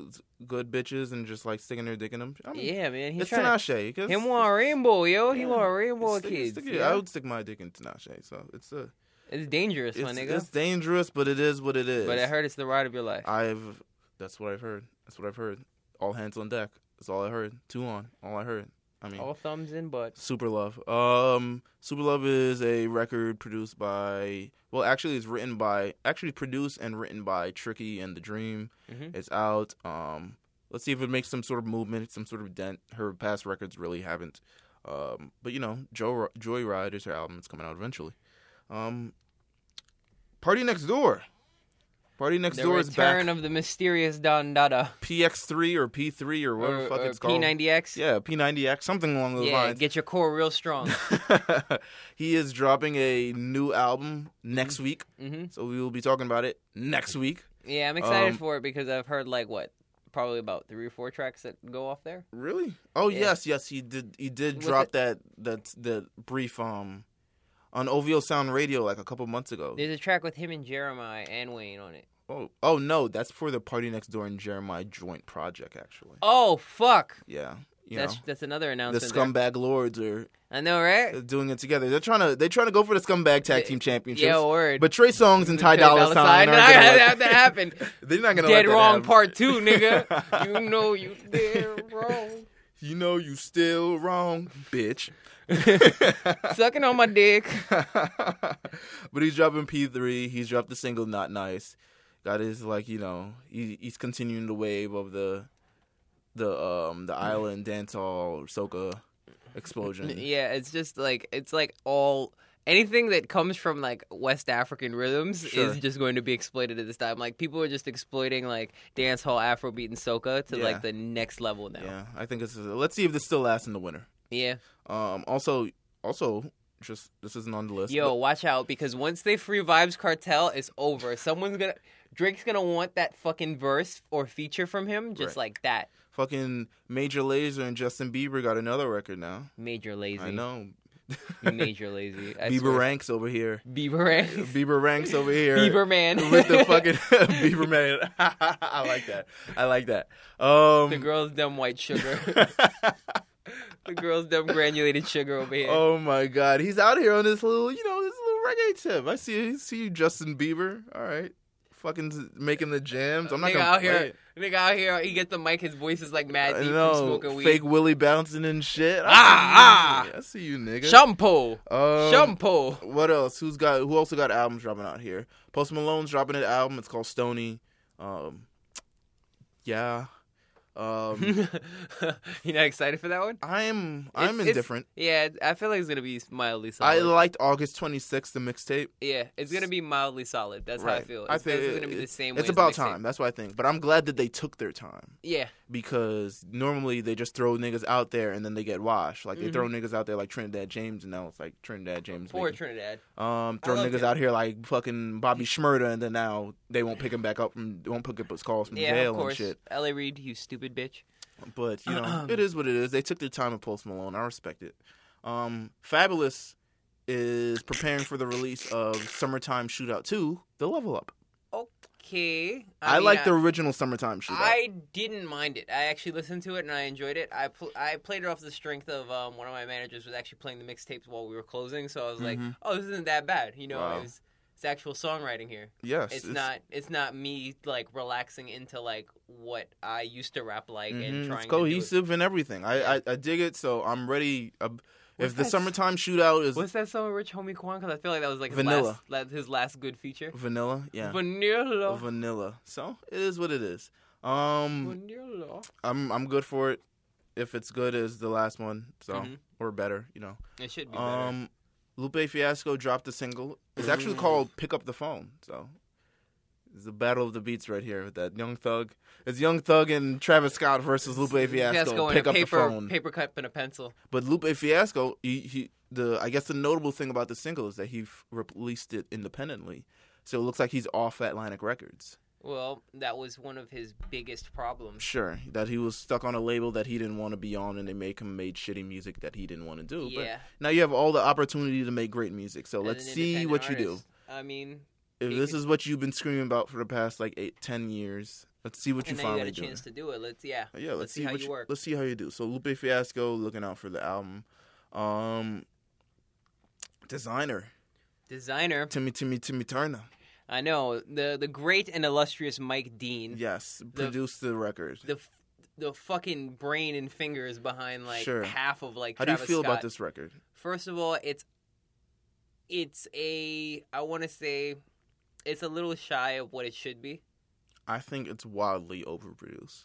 [SPEAKER 2] good bitches and just like sticking their dick in them. I mean,
[SPEAKER 1] Yeah, man. He's
[SPEAKER 2] Mm. it's
[SPEAKER 1] trying. to-
[SPEAKER 2] Tinashe. 'cause-
[SPEAKER 1] Him want rainbow, yo. He
[SPEAKER 2] Yeah.
[SPEAKER 1] want rainbow
[SPEAKER 2] Stick-
[SPEAKER 1] kids.
[SPEAKER 2] stick it-
[SPEAKER 1] yeah?
[SPEAKER 2] I would stick my dick in Tinashe, so it's a
[SPEAKER 1] It's dangerous, my
[SPEAKER 2] it's,
[SPEAKER 1] nigga.
[SPEAKER 2] it's dangerous, but it is what it is.
[SPEAKER 1] but I heard it's the ride of your life.
[SPEAKER 2] I've that's what I've heard. That's what I've heard. All hands on deck. That's all I heard. Two on. All I heard. I mean,
[SPEAKER 1] all "Oh, thumbs in butts.
[SPEAKER 2] Super Love. Um, Super Love is a record produced by. Well, actually, it's written by. Actually, produced and written by Tricky and the Dream.
[SPEAKER 1] Mhm.
[SPEAKER 2] It's out. Um, let's see if it makes some sort of movement, some sort of dent. Her past records really haven't. Um, but you know, Joe Joyride is her album. It's coming out eventually. Um, Party Next Door. Party Next
[SPEAKER 1] The
[SPEAKER 2] Door is back.
[SPEAKER 1] return of the mysterious Don Dada.
[SPEAKER 2] PX3 or P3 or whatever
[SPEAKER 1] Or,
[SPEAKER 2] the fuck
[SPEAKER 1] or
[SPEAKER 2] it's called.
[SPEAKER 1] P90X.
[SPEAKER 2] Yeah, P90X, something along those
[SPEAKER 1] Yeah,
[SPEAKER 2] lines.
[SPEAKER 1] get your core real strong.
[SPEAKER 2] he is dropping a new album next week,
[SPEAKER 1] hmm
[SPEAKER 2] so we will be talking about it next week.
[SPEAKER 1] Yeah, I'm excited
[SPEAKER 2] Um,
[SPEAKER 1] for it because I've heard like what, probably about three or four tracks that go off there.
[SPEAKER 2] Really? Oh
[SPEAKER 1] Yeah.
[SPEAKER 2] yes, yes, he did. He did
[SPEAKER 1] Was
[SPEAKER 2] drop
[SPEAKER 1] it-
[SPEAKER 2] that that the brief um on OVO Sound Radio like a couple months ago.
[SPEAKER 1] There's a track with him and Jeremiah and Wayne on it.
[SPEAKER 2] Oh, oh no, that's for the Party Next Door and Jeremiah joint project actually.
[SPEAKER 1] Oh fuck!
[SPEAKER 2] Yeah, you
[SPEAKER 1] That's
[SPEAKER 2] know.
[SPEAKER 1] that's another
[SPEAKER 2] The
[SPEAKER 1] announcement. there.
[SPEAKER 2] scumbag lords are
[SPEAKER 1] I know, right?
[SPEAKER 2] uh, doing it together. They're trying to they're trying to go for the scumbag tag
[SPEAKER 1] Yeah,
[SPEAKER 2] team championships.
[SPEAKER 1] Yeah, word.
[SPEAKER 2] But Trey Songz and Ty
[SPEAKER 1] Trey
[SPEAKER 2] Dolla
[SPEAKER 1] Dolla
[SPEAKER 2] Sign
[SPEAKER 1] Sign.
[SPEAKER 2] aren't gonna
[SPEAKER 1] That
[SPEAKER 2] let-
[SPEAKER 1] had to happen.
[SPEAKER 2] They're not gonna let
[SPEAKER 1] Dead
[SPEAKER 2] that
[SPEAKER 1] wrong
[SPEAKER 2] happen.
[SPEAKER 1] part two, nigga. you know you dead wrong.
[SPEAKER 2] You know you still wrong, bitch.
[SPEAKER 1] Sucking on my dick.
[SPEAKER 2] but he's dropping P3. He's dropped the single "Not Nice." Got his like you know he, he's continuing the wave of the the um the island dancehall soca explosion.
[SPEAKER 1] Yeah, it's just like it's like all anything that comes from like West African rhythms
[SPEAKER 2] Sure.
[SPEAKER 1] is just going to be exploited at this time. Like people are just exploiting like dance hall Afrobeat and soca to
[SPEAKER 2] Yeah.
[SPEAKER 1] like the next level now. Yeah.
[SPEAKER 2] Yeah, I think it's let's see if this still lasts in the winter. Um, also also just this isn't on the list.
[SPEAKER 1] Yo, watch out because once they free vibes cartel, it's over. Someone's gonna Drake's gonna want that fucking verse or feature from him just
[SPEAKER 2] Right.
[SPEAKER 1] like that.
[SPEAKER 2] but fucking Major Lazer and Justin Bieber got another record now.
[SPEAKER 1] Major lazy.
[SPEAKER 2] I know.
[SPEAKER 1] Major lazy. I
[SPEAKER 2] Bieber
[SPEAKER 1] swear.
[SPEAKER 2] ranks over here.
[SPEAKER 1] Bieber ranks.
[SPEAKER 2] Bieber ranks over here.
[SPEAKER 1] Bieber man.
[SPEAKER 2] with the fucking Bieber man. I like that. I like that. Um,
[SPEAKER 1] The girl's dumb white sugar. the girl's dumb granulated sugar over here.
[SPEAKER 2] oh my god, he's out here on this little, you know, this little reggae tip. I see, you, see you, Justin Bieber. All right, fucking making the jams. I'm not
[SPEAKER 1] nigga
[SPEAKER 2] gonna
[SPEAKER 1] out
[SPEAKER 2] play
[SPEAKER 1] here,
[SPEAKER 2] it.
[SPEAKER 1] nigga out here. He gets the mic. His voice is like mad
[SPEAKER 2] I
[SPEAKER 1] deep
[SPEAKER 2] know,
[SPEAKER 1] from smoking weed.
[SPEAKER 2] fake Willie bouncing and shit. I
[SPEAKER 1] Ah,
[SPEAKER 2] see you, I see you, nigga.
[SPEAKER 1] shampoo,
[SPEAKER 2] Um,
[SPEAKER 1] shampoo.
[SPEAKER 2] What else? Who's got? Who also got albums dropping out here? Post Malone's dropping an album. It's called Stony. Um, yeah. Um,
[SPEAKER 1] you not excited for that one?
[SPEAKER 2] I'm
[SPEAKER 1] It's-
[SPEAKER 2] I'm
[SPEAKER 1] it's-
[SPEAKER 2] indifferent.
[SPEAKER 1] Yeah, I feel like it's gonna be mildly
[SPEAKER 2] I
[SPEAKER 1] solid.
[SPEAKER 2] liked August 26th, the mixtape.
[SPEAKER 1] yeah, it's gonna be mildly solid. That's how I
[SPEAKER 2] Right.
[SPEAKER 1] feel. It's,
[SPEAKER 2] I think
[SPEAKER 1] it's
[SPEAKER 2] it-
[SPEAKER 1] gonna be the
[SPEAKER 2] it-
[SPEAKER 1] same. way
[SPEAKER 2] It's
[SPEAKER 1] as the
[SPEAKER 2] about
[SPEAKER 1] mixtape.
[SPEAKER 2] time. That's what I think. But I'm glad that they took their time
[SPEAKER 1] Yeah,
[SPEAKER 2] because normally they just throw niggas out there and then they get washed. Like they throw
[SPEAKER 1] Mm-hmm.
[SPEAKER 2] niggas out there like Trinidad James, and now it's like Trinidad James.
[SPEAKER 1] poor
[SPEAKER 2] making-
[SPEAKER 1] Trinidad.
[SPEAKER 2] um, throw
[SPEAKER 1] love
[SPEAKER 2] niggas
[SPEAKER 1] him.
[SPEAKER 2] out here like fucking Bobby Schmurda, and then now they won't pick him back up from they won't pick up his calls from
[SPEAKER 1] Yeah,
[SPEAKER 2] jail
[SPEAKER 1] of course.
[SPEAKER 2] and shit.
[SPEAKER 1] La Reid, you stupid bitch.
[SPEAKER 2] But you know, it is what it is. They took their time with Post Malone. I respect it. Um, Fabulous is preparing for the release of Summertime Shootout 2, The Level Up.
[SPEAKER 1] Okay,
[SPEAKER 2] I,
[SPEAKER 1] mean,
[SPEAKER 2] like
[SPEAKER 1] I-
[SPEAKER 2] the original Summertime Shootout.
[SPEAKER 1] I didn't mind it. I actually listened to it and I enjoyed it. I pl- I played it off the strength of um, one of my managers was actually playing the mixtapes while we were closing, so I was like,
[SPEAKER 2] Mhm.
[SPEAKER 1] "Oh, this isn't that bad." You know,
[SPEAKER 2] Wow.
[SPEAKER 1] it was, it's actual songwriting here.
[SPEAKER 2] yes,
[SPEAKER 1] It's, not it's not me like relaxing into like what I used to rap like and
[SPEAKER 2] mhm,
[SPEAKER 1] trying
[SPEAKER 2] it's
[SPEAKER 1] to
[SPEAKER 2] cohesive and everything. I, I I dig it. So I'm ready. Uh, if
[SPEAKER 1] What's
[SPEAKER 2] the
[SPEAKER 1] that s-
[SPEAKER 2] Summertime Shootout
[SPEAKER 1] do it. What's
[SPEAKER 2] is
[SPEAKER 1] that song with Rich Homie Quan? Because I feel like that was like his
[SPEAKER 2] Vanilla.
[SPEAKER 1] last, la- his last good feature.
[SPEAKER 2] vanilla, yeah,
[SPEAKER 1] Vanilla.
[SPEAKER 2] vanilla. So it is what it is. Um,
[SPEAKER 1] Vanilla.
[SPEAKER 2] I'm I'm good for it. If it's good as the last one, so
[SPEAKER 1] Mhm.
[SPEAKER 2] or better, you know.
[SPEAKER 1] It should be better.
[SPEAKER 2] Um, Lupe Fiasco dropped a single. It's actually called "Pick Up the Phone." So it's the battle of the beats right here with that Young Thug. It's Young Thug and Travis Scott versus Lupe Fiasco.
[SPEAKER 1] Fiasco and
[SPEAKER 2] Pick
[SPEAKER 1] a
[SPEAKER 2] up
[SPEAKER 1] paper,
[SPEAKER 2] the phone.
[SPEAKER 1] paper cup and a pencil.
[SPEAKER 2] But Lupe Fiasco, he, he the I guess the notable thing about the single is that he f- released it independently. So it looks like he's off Atlantic Records.
[SPEAKER 1] Well, that was one of his biggest problems.
[SPEAKER 2] Sure, that he was stuck on a label that he didn't want to be on, and they make him made shitty music that he didn't want to do.
[SPEAKER 1] yeah.
[SPEAKER 2] But now you have all the opportunity to make great music. So
[SPEAKER 1] as
[SPEAKER 2] let's
[SPEAKER 1] an
[SPEAKER 2] see
[SPEAKER 1] independent
[SPEAKER 2] what you do.
[SPEAKER 1] artist. I mean,
[SPEAKER 2] If
[SPEAKER 1] He
[SPEAKER 2] this
[SPEAKER 1] could-
[SPEAKER 2] is what you've been screaming about for the past like eight, ten years, let's see what
[SPEAKER 1] and
[SPEAKER 2] you
[SPEAKER 1] now you got
[SPEAKER 2] finally
[SPEAKER 1] a
[SPEAKER 2] do. Uh,
[SPEAKER 1] chance to do it. Let's yeah.
[SPEAKER 2] Yeah, let's,
[SPEAKER 1] see, how
[SPEAKER 2] what
[SPEAKER 1] you work.
[SPEAKER 2] Let's see how you do. So Lupe Fiasco, looking out for the album. Um, designer
[SPEAKER 1] Designer,
[SPEAKER 2] Timmy Timmy Timmy Turner.
[SPEAKER 1] I know the the great and illustrious Mike Dean,
[SPEAKER 2] Yes, produced the record.
[SPEAKER 1] the f- the fucking brain and fingers behind like
[SPEAKER 2] Sure.
[SPEAKER 1] half of like.
[SPEAKER 2] How do you
[SPEAKER 1] Travis
[SPEAKER 2] feel
[SPEAKER 1] Scott.
[SPEAKER 2] about this record?
[SPEAKER 1] First of all, it's it's a I want to say it's a little shy of what it should be.
[SPEAKER 2] I think it's wildly overproduced.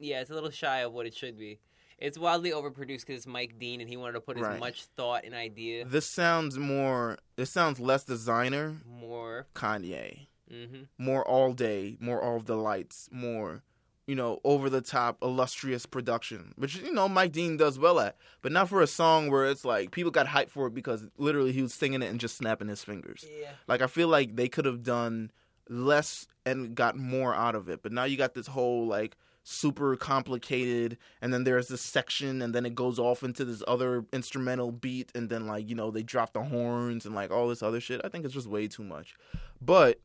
[SPEAKER 1] Yeah, it's a little shy of what it should be. It's wildly overproduced because it's Mike Dean and he wanted to put
[SPEAKER 2] Right.
[SPEAKER 1] as much thought and idea
[SPEAKER 2] This sounds more. This sounds less designer
[SPEAKER 1] more.
[SPEAKER 2] Kanye,
[SPEAKER 1] hmm
[SPEAKER 2] more all day, more all of the lights, more, you know, over the top illustrious production, which you know Mike Dean does well at, but not for a song where it's like people got hyped for it because literally he was singing it and just snapping his fingers.
[SPEAKER 1] Yeah.
[SPEAKER 2] Like I feel like they could have done less and got more out of it. But now you got this whole like super complicated and then there's this section and then it goes off into this other instrumental beat and then like, you know, they drop the horns and like all this other shit. I think it's just way too much. But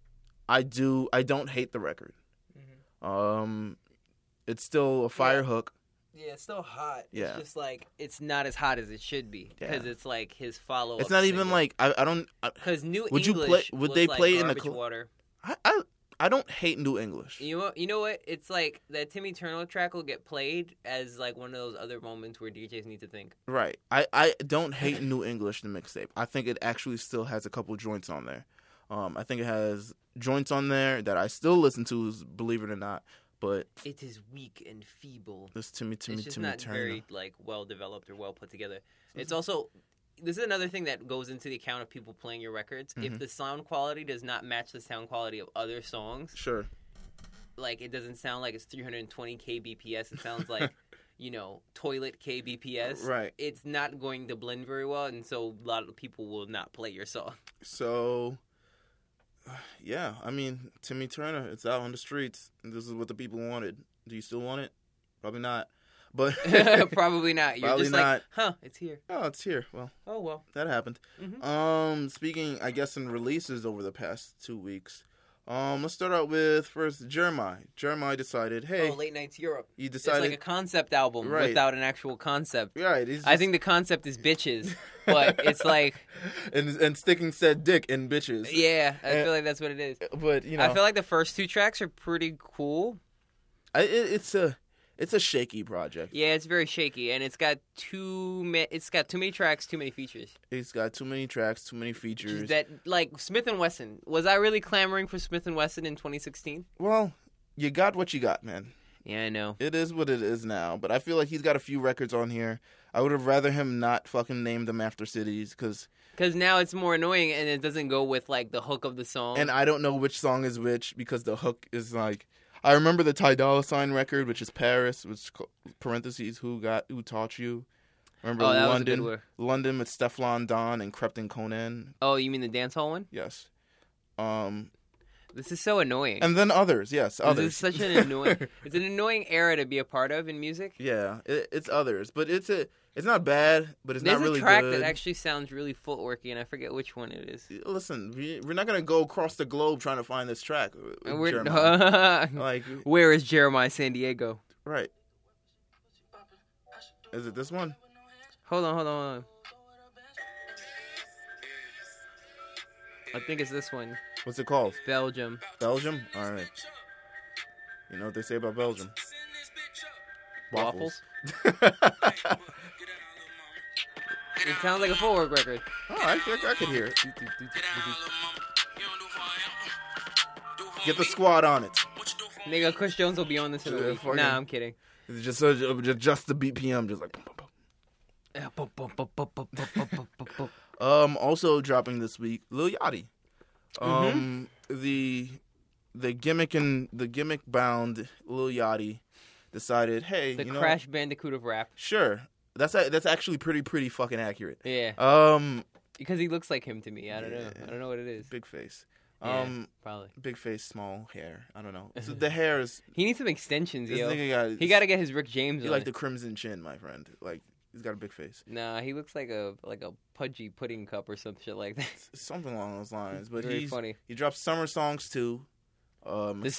[SPEAKER 2] I do I don't hate the record. Um it's still a fire hook.
[SPEAKER 1] Yeah, it's still hot.
[SPEAKER 2] Yeah.
[SPEAKER 1] It's just like it's not as hot as it should be because
[SPEAKER 2] Yeah.
[SPEAKER 1] it's like his follow.
[SPEAKER 2] It's not even like I, I don't I,
[SPEAKER 1] because New
[SPEAKER 2] Would you play-
[SPEAKER 1] English
[SPEAKER 2] would
[SPEAKER 1] was
[SPEAKER 2] they
[SPEAKER 1] like
[SPEAKER 2] play in a
[SPEAKER 1] garbage
[SPEAKER 2] cl-
[SPEAKER 1] water.
[SPEAKER 2] I I I don't hate New English.
[SPEAKER 1] You know, you know what? It's like that Timmy Turner track will get played as like one of those other moments where DJs need to think.
[SPEAKER 2] Right. I, I don't hate New English the mixtape. I think it actually still has a couple joints on there. Um, I think it has joints on there that I still listen to, is- believe it or not. But
[SPEAKER 1] It is weak and feeble.
[SPEAKER 2] this Timmy Timmy
[SPEAKER 1] it's just
[SPEAKER 2] Timmy
[SPEAKER 1] not
[SPEAKER 2] Turner.
[SPEAKER 1] very like well developed or well put together.
[SPEAKER 2] Mm-hmm.
[SPEAKER 1] It's also this is another thing that goes into the account of people playing your records. If
[SPEAKER 2] Mhm.
[SPEAKER 1] the sound quality does not match the sound quality of other songs,
[SPEAKER 2] Sure.
[SPEAKER 1] like it doesn't sound like it's 320 kbps. It sounds like you know toilet kbps.
[SPEAKER 2] Right.
[SPEAKER 1] It's not going to blend very well, and so a lot of people will not play your song.
[SPEAKER 2] So, yeah, I mean, Timmy Turner, it's out on the streets. This is what the people wanted. Do you still want it? Probably not. But,
[SPEAKER 1] Probably not. You're
[SPEAKER 2] Probably
[SPEAKER 1] just
[SPEAKER 2] not.
[SPEAKER 1] like, huh? It's here.
[SPEAKER 2] oh, it's here. Well,
[SPEAKER 1] Oh well.
[SPEAKER 2] that happened.
[SPEAKER 1] Mhm.
[SPEAKER 2] Um, speaking, I guess, in releases over the past two weeks. Um, let's start out with first Jeremiah. Jeremiah decided, hey,
[SPEAKER 1] Oh, late nights Europe.
[SPEAKER 2] you
[SPEAKER 1] It's like a
[SPEAKER 2] decided,
[SPEAKER 1] concept album
[SPEAKER 2] Right.
[SPEAKER 1] without an actual concept.
[SPEAKER 2] right? He's
[SPEAKER 1] I think the concept is bitches, but it's like,
[SPEAKER 2] and and sticking said dick and bitches.
[SPEAKER 1] yeah, I
[SPEAKER 2] Uh,
[SPEAKER 1] feel like that's what it is.
[SPEAKER 2] but you know,
[SPEAKER 1] I feel like the first two tracks are pretty cool.
[SPEAKER 2] I, it, it's a it's a shaky project.
[SPEAKER 1] Yeah, it's very shaky, and it's got too ma- it's got too many tracks, too many features.
[SPEAKER 2] It's got too many tracks, too many features.
[SPEAKER 1] That like Smith and Wesson. Was I really clamoring for Smith and Wesson in 2016?
[SPEAKER 2] well, you got what you got, man.
[SPEAKER 1] Yeah, I know.
[SPEAKER 2] It is what it is now, but I feel like he's got a few records on here. I would have rather him not fucking name them after cities because
[SPEAKER 1] Because now it's more annoying, and it doesn't go with like the hook of the song.
[SPEAKER 2] and I don't know which song is which because the hook is like I remember the Ty Dolla Sign record, which is Paris, which is ca- parentheses who got who taught you. Remember
[SPEAKER 1] oh, that was a
[SPEAKER 2] London,
[SPEAKER 1] good one.
[SPEAKER 2] London with Stefan Don and Crepton Conan.
[SPEAKER 1] Oh, you mean the dance hall one?
[SPEAKER 2] Yes, um,
[SPEAKER 1] This is so annoying.
[SPEAKER 2] and then others. Yes, others.
[SPEAKER 1] This is such an annoying. it's an annoying era to be a part of in music.
[SPEAKER 2] yeah, it, it's others, but it's a it's not bad, but it's
[SPEAKER 1] There's
[SPEAKER 2] not really
[SPEAKER 1] a track
[SPEAKER 2] good.
[SPEAKER 1] that actually sounds really footworky, and I forget which one it is.
[SPEAKER 2] Listen, we, we're not gonna go across the globe trying to find this track. uh,
[SPEAKER 1] And we're-
[SPEAKER 2] Jeremiah. like
[SPEAKER 1] where is Jeremiah San Diego?
[SPEAKER 2] right. Is it this one?
[SPEAKER 1] Hold on, hold on, hold on. I think it's this one,
[SPEAKER 2] What's it called?
[SPEAKER 1] Belgium.
[SPEAKER 2] Belgium? Alright. You know what they say about Belgium?
[SPEAKER 1] Waffles. It sounds like a footwork record.
[SPEAKER 2] oh, I, I, I could hear it. Get the squad on it.
[SPEAKER 1] Nigga, Chris Jones will be on this in a
[SPEAKER 2] Yeah,
[SPEAKER 1] week.
[SPEAKER 2] fucking-
[SPEAKER 1] Nah, I'm kidding.
[SPEAKER 2] It's just, uh, ju- ju- just the BPM, just like. Boom, boom, boom. Um, also dropping this week, Lil Yachty. Um,
[SPEAKER 1] Mm-hmm.
[SPEAKER 2] the the gimmick and the gimmick bound Lil Yachty decided, hey,
[SPEAKER 1] The
[SPEAKER 2] you know,
[SPEAKER 1] Crash Bandicoot of rap.
[SPEAKER 2] sure, that's a, that's actually pretty pretty fucking accurate.
[SPEAKER 1] Yeah,
[SPEAKER 2] Um,
[SPEAKER 1] because he looks like him to me. I don't know. I don't know what it is.
[SPEAKER 2] big face. Um,
[SPEAKER 1] probably.
[SPEAKER 2] big face, small hair. I don't know. So the hair is.
[SPEAKER 1] He needs some extensions,
[SPEAKER 2] This
[SPEAKER 1] yo.
[SPEAKER 2] nigga got.
[SPEAKER 1] he got to get his Rick James
[SPEAKER 2] He
[SPEAKER 1] on.
[SPEAKER 2] like the crimson chin, my friend. Like he's got a big face.
[SPEAKER 1] Nah, he looks like a like a pudgy pudding cup or some shit like that.
[SPEAKER 2] S- Something along those lines. But
[SPEAKER 1] Very
[SPEAKER 2] he's
[SPEAKER 1] funny.
[SPEAKER 2] he drops summer songs too. Um,
[SPEAKER 1] The
[SPEAKER 2] exclusively-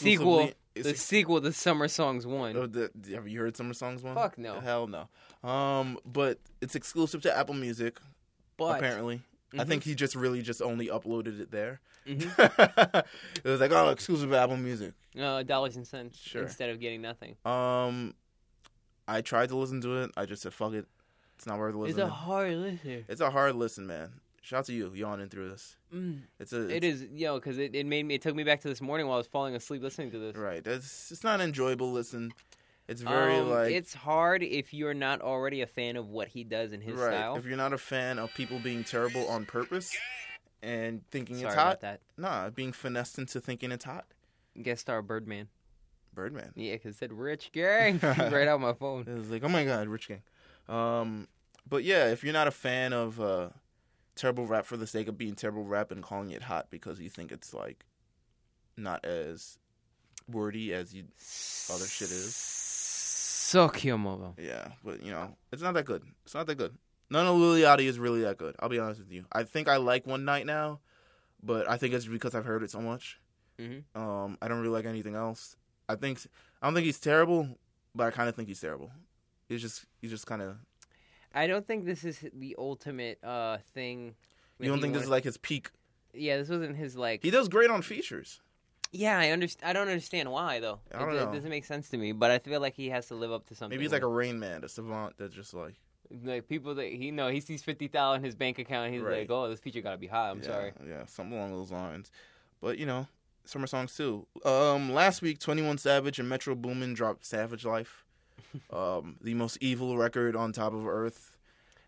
[SPEAKER 1] sequel-
[SPEAKER 2] it's
[SPEAKER 1] The sequel to Summer Songs One.
[SPEAKER 2] Oh, the, the- have you heard Summer Songs one?
[SPEAKER 1] Fuck no.
[SPEAKER 2] Hell no. Um, but it's exclusive to Apple Music.
[SPEAKER 1] but
[SPEAKER 2] apparently, I
[SPEAKER 1] Mhm.
[SPEAKER 2] think he just really just only uploaded it there.
[SPEAKER 1] Mhm.
[SPEAKER 2] it was like oh, exclusive to Apple Music.
[SPEAKER 1] no Uh, dollars and cents
[SPEAKER 2] Sure.
[SPEAKER 1] instead of getting nothing.
[SPEAKER 2] Um, I tried to listen to it. I just said fuck it. It's not worth
[SPEAKER 1] It's
[SPEAKER 2] listening.
[SPEAKER 1] a hard listen.
[SPEAKER 2] It's a hard listen, man. Shout out to you yawning through this.
[SPEAKER 1] Mm.
[SPEAKER 2] It's a
[SPEAKER 1] It
[SPEAKER 2] it's-
[SPEAKER 1] is, yo, because it, it made me. It took me back to this morning while I was falling asleep listening to this.
[SPEAKER 2] right. That's it's not an enjoyable listen. It's very
[SPEAKER 1] Um,
[SPEAKER 2] like
[SPEAKER 1] it's hard if you're not already a fan of what he does in his
[SPEAKER 2] right.
[SPEAKER 1] style.
[SPEAKER 2] If you're not a fan of people being terrible on purpose and thinking
[SPEAKER 1] Sorry
[SPEAKER 2] it's
[SPEAKER 1] about
[SPEAKER 2] hot,
[SPEAKER 1] that.
[SPEAKER 2] nah, being finessed into thinking it's hot.
[SPEAKER 1] Guest star Birdman.
[SPEAKER 2] Birdman.
[SPEAKER 1] Yeah, because it said Rich Gang right out my phone.
[SPEAKER 2] It was like, oh my god, Rich Gang. Um, but yeah, if you're not a fan of uh, terrible rap for the sake of being terrible rap and calling it hot because you think it's like not as wordy as you, Other shit is.
[SPEAKER 1] Suck your mother.
[SPEAKER 2] yeah. But you know, it's not that good. It's not that good. None of Liliati is really that good. I'll be honest with you. I think I like One Night now, but I think it's because I've heard it so much.
[SPEAKER 1] Mhm.
[SPEAKER 2] Um, I don't really like anything else. I think I don't think he's terrible, but I kind of think he's terrible. He's just he's just kind of
[SPEAKER 1] I don't think this is the ultimate uh thing.
[SPEAKER 2] You don't think this is like his peak?
[SPEAKER 1] Yeah, this wasn't his like.
[SPEAKER 2] He does great on features.
[SPEAKER 1] Yeah, I understand. I don't understand why though.
[SPEAKER 2] I don't
[SPEAKER 1] it, it
[SPEAKER 2] know.
[SPEAKER 1] doesn't make sense to me. But I feel like he has to live up to something.
[SPEAKER 2] Maybe he's like a Rain Man, a savant that's just like.
[SPEAKER 1] like people that he know he sees fifty thousand in his bank account. He's
[SPEAKER 2] Right.
[SPEAKER 1] like, oh, this feature gotta be high. I'm
[SPEAKER 2] yeah,
[SPEAKER 1] sorry.
[SPEAKER 2] Yeah, something along those lines. But you know, summer songs too. Um, last week, Twenty One Savage and Metro Boomin dropped Savage Life, um, the most evil record on top of Earth.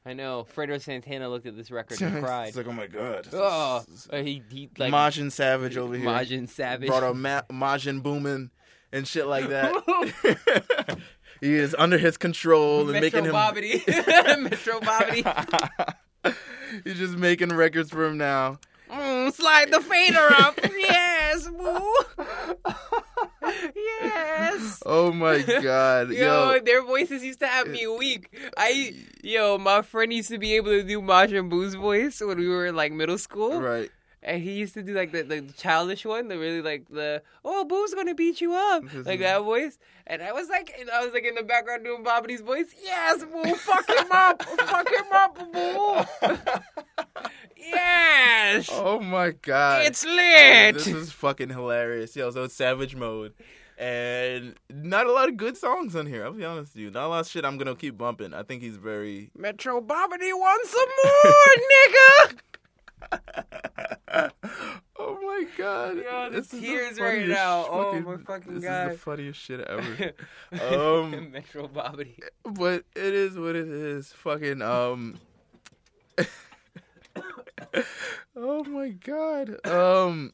[SPEAKER 1] I know. Fredo Santana looked at this record and cried.
[SPEAKER 2] it's like, oh my god.
[SPEAKER 1] oh, uh, he, he like
[SPEAKER 2] Majin Savage over here.
[SPEAKER 1] Majin Savage.
[SPEAKER 2] Brought up Ma- Majin Boomin and shit like that. he is under his control and
[SPEAKER 1] Metro
[SPEAKER 2] making him.
[SPEAKER 1] Bobbity. Metro Bobbity.
[SPEAKER 2] He's just making records for him now.
[SPEAKER 1] Mm, slide the fader up. yes, woo. yes.
[SPEAKER 2] Oh my god.
[SPEAKER 1] Yo,
[SPEAKER 2] Yo,
[SPEAKER 1] their voices used to have me weak. I, yo, my friend used to be able to do Majin Boo's voice when we were in like middle school,
[SPEAKER 2] right.
[SPEAKER 1] and he used to do like the, the childish one, the really like the oh Boo's gonna beat you up, like that voice. And I was like, and I was like in the background doing Bobby's voice. Yes, Boo, fuck him up, fuck him up, Boo. yes,
[SPEAKER 2] Oh my god.
[SPEAKER 1] it's lit.
[SPEAKER 2] this is fucking hilarious. Yo, so it's savage mode. And not a lot of good songs on here. I'll be honest with you. Not a lot of shit I'm gonna keep bumping. I think he's very
[SPEAKER 1] Metro Bobbity wants some more, nigga.
[SPEAKER 2] Oh my god.
[SPEAKER 1] Yo, the
[SPEAKER 2] This is the
[SPEAKER 1] tears right
[SPEAKER 2] funniest
[SPEAKER 1] now.
[SPEAKER 2] sh-
[SPEAKER 1] Oh my fucking
[SPEAKER 2] this is
[SPEAKER 1] God.
[SPEAKER 2] the funniest shit ever. Um,
[SPEAKER 1] Metro Bobbity.
[SPEAKER 2] but it is what it is. Fucking um. oh my god. Um,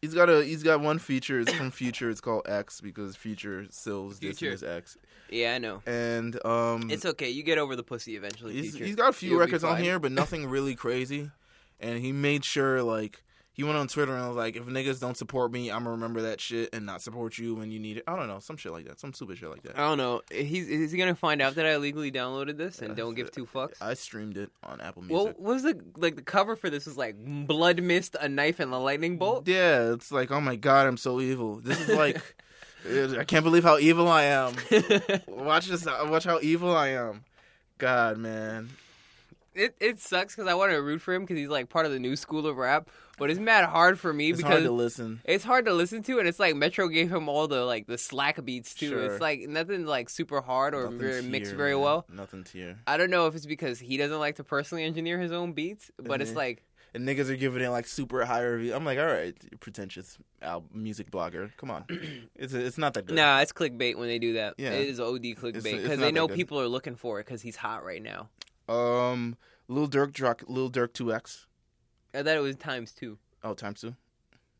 [SPEAKER 2] he's got a he's got one feature. It's from Future. It's called X because Future still is dissing
[SPEAKER 1] Future.
[SPEAKER 2] his X.
[SPEAKER 1] Yeah, I know.
[SPEAKER 2] And um,
[SPEAKER 1] It's okay. You get over the pussy eventually.
[SPEAKER 2] he's,
[SPEAKER 1] teacher.
[SPEAKER 2] he's got a few
[SPEAKER 1] You'll be
[SPEAKER 2] records on
[SPEAKER 1] fine.
[SPEAKER 2] here, but nothing really crazy. And he made sure like. He went on Twitter and was like, "If niggas don't support me, I'ma remember that shit and not support you when you need it." I don't know, some shit like that, some stupid shit like that.
[SPEAKER 1] I don't know. He's is he gonna find out that I illegally downloaded this and don't give two fucks?
[SPEAKER 2] I streamed it on Apple Music.
[SPEAKER 1] well, what was the like the cover for this was like blood mist, a knife, and a lightning bolt.
[SPEAKER 2] Yeah, it's like, oh my god, I'm so evil. This is like, I can't believe how evil I am.
[SPEAKER 1] it
[SPEAKER 2] Watch this. Watch how evil I am. God, man.
[SPEAKER 1] it sucks because I want to root for him because he's like part of the new school of rap, but it's mad hard for me
[SPEAKER 2] It's
[SPEAKER 1] because
[SPEAKER 2] hard to listen.
[SPEAKER 1] It's hard to listen to, and it's like Metro gave him all the like the slack beats too.
[SPEAKER 2] Sure.
[SPEAKER 1] It's like nothing like super hard or
[SPEAKER 2] Nothing's
[SPEAKER 1] very mixed
[SPEAKER 2] here,
[SPEAKER 1] very
[SPEAKER 2] man.
[SPEAKER 1] well.
[SPEAKER 2] Nothing's here.
[SPEAKER 1] I don't know if it's because he doesn't like to personally engineer his own beats, but it's
[SPEAKER 2] Mhm.
[SPEAKER 1] like
[SPEAKER 2] And niggas are giving it like super high review. I'm like, all right, you pretentious al- music blogger. Come on, it's it's not that good.
[SPEAKER 1] nah, it's clickbait when they do that.
[SPEAKER 2] Yeah.
[SPEAKER 1] It is OD clickbait
[SPEAKER 2] it's
[SPEAKER 1] because
[SPEAKER 2] not
[SPEAKER 1] they
[SPEAKER 2] that
[SPEAKER 1] know
[SPEAKER 2] good.
[SPEAKER 1] people are looking for it because he's hot right now.
[SPEAKER 2] Um, Lil Durk, Lil Durk, two X.
[SPEAKER 1] I thought it was times two.
[SPEAKER 2] Oh, times two.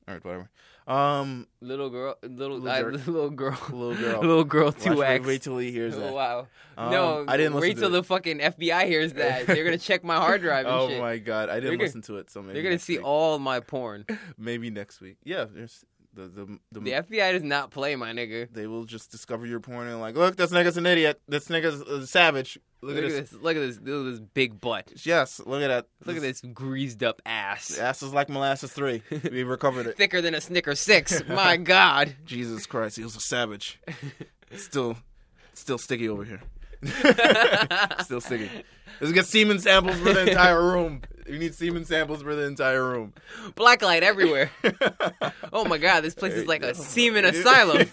[SPEAKER 2] All right, whatever. Um,
[SPEAKER 1] Little girl, little
[SPEAKER 2] Little
[SPEAKER 1] I-
[SPEAKER 2] jerk.
[SPEAKER 1] little girl,
[SPEAKER 2] Little girl.
[SPEAKER 1] little girl,
[SPEAKER 2] watch-
[SPEAKER 1] two X.
[SPEAKER 2] Wait till he hears
[SPEAKER 1] Oh,
[SPEAKER 2] that.
[SPEAKER 1] wow.
[SPEAKER 2] Um,
[SPEAKER 1] no,
[SPEAKER 2] I didn't listen
[SPEAKER 1] wait
[SPEAKER 2] to
[SPEAKER 1] till
[SPEAKER 2] it.
[SPEAKER 1] the fucking FBI hears that. They're gonna check my hard drive and
[SPEAKER 2] Oh
[SPEAKER 1] shit.
[SPEAKER 2] my god, I
[SPEAKER 1] They're
[SPEAKER 2] didn't
[SPEAKER 1] gonna-
[SPEAKER 2] listen to it. So maybe
[SPEAKER 1] They're gonna
[SPEAKER 2] next
[SPEAKER 1] see
[SPEAKER 2] week.
[SPEAKER 1] all my porn.
[SPEAKER 2] Maybe next week. Yeah, there's the the, the,
[SPEAKER 1] The FBI does not play, my nigga.
[SPEAKER 2] they will just discover your porn and like, look, this nigga's an idiot. This nigga's a savage. Look,
[SPEAKER 1] Look, at this. Look at this. Look at this big butt.
[SPEAKER 2] Yes, look at that.
[SPEAKER 1] Look at this greased up ass.
[SPEAKER 2] Ass is like molasses three. We recovered it.
[SPEAKER 1] Thicker than a Snicker six. my God.
[SPEAKER 2] Jesus Christ, he was a savage. Still, still sticky over here. still sticky. Let's get semen samples for the entire room. We need semen samples for the entire room.
[SPEAKER 1] Black light everywhere. Oh my God. This place is like a semen asylum.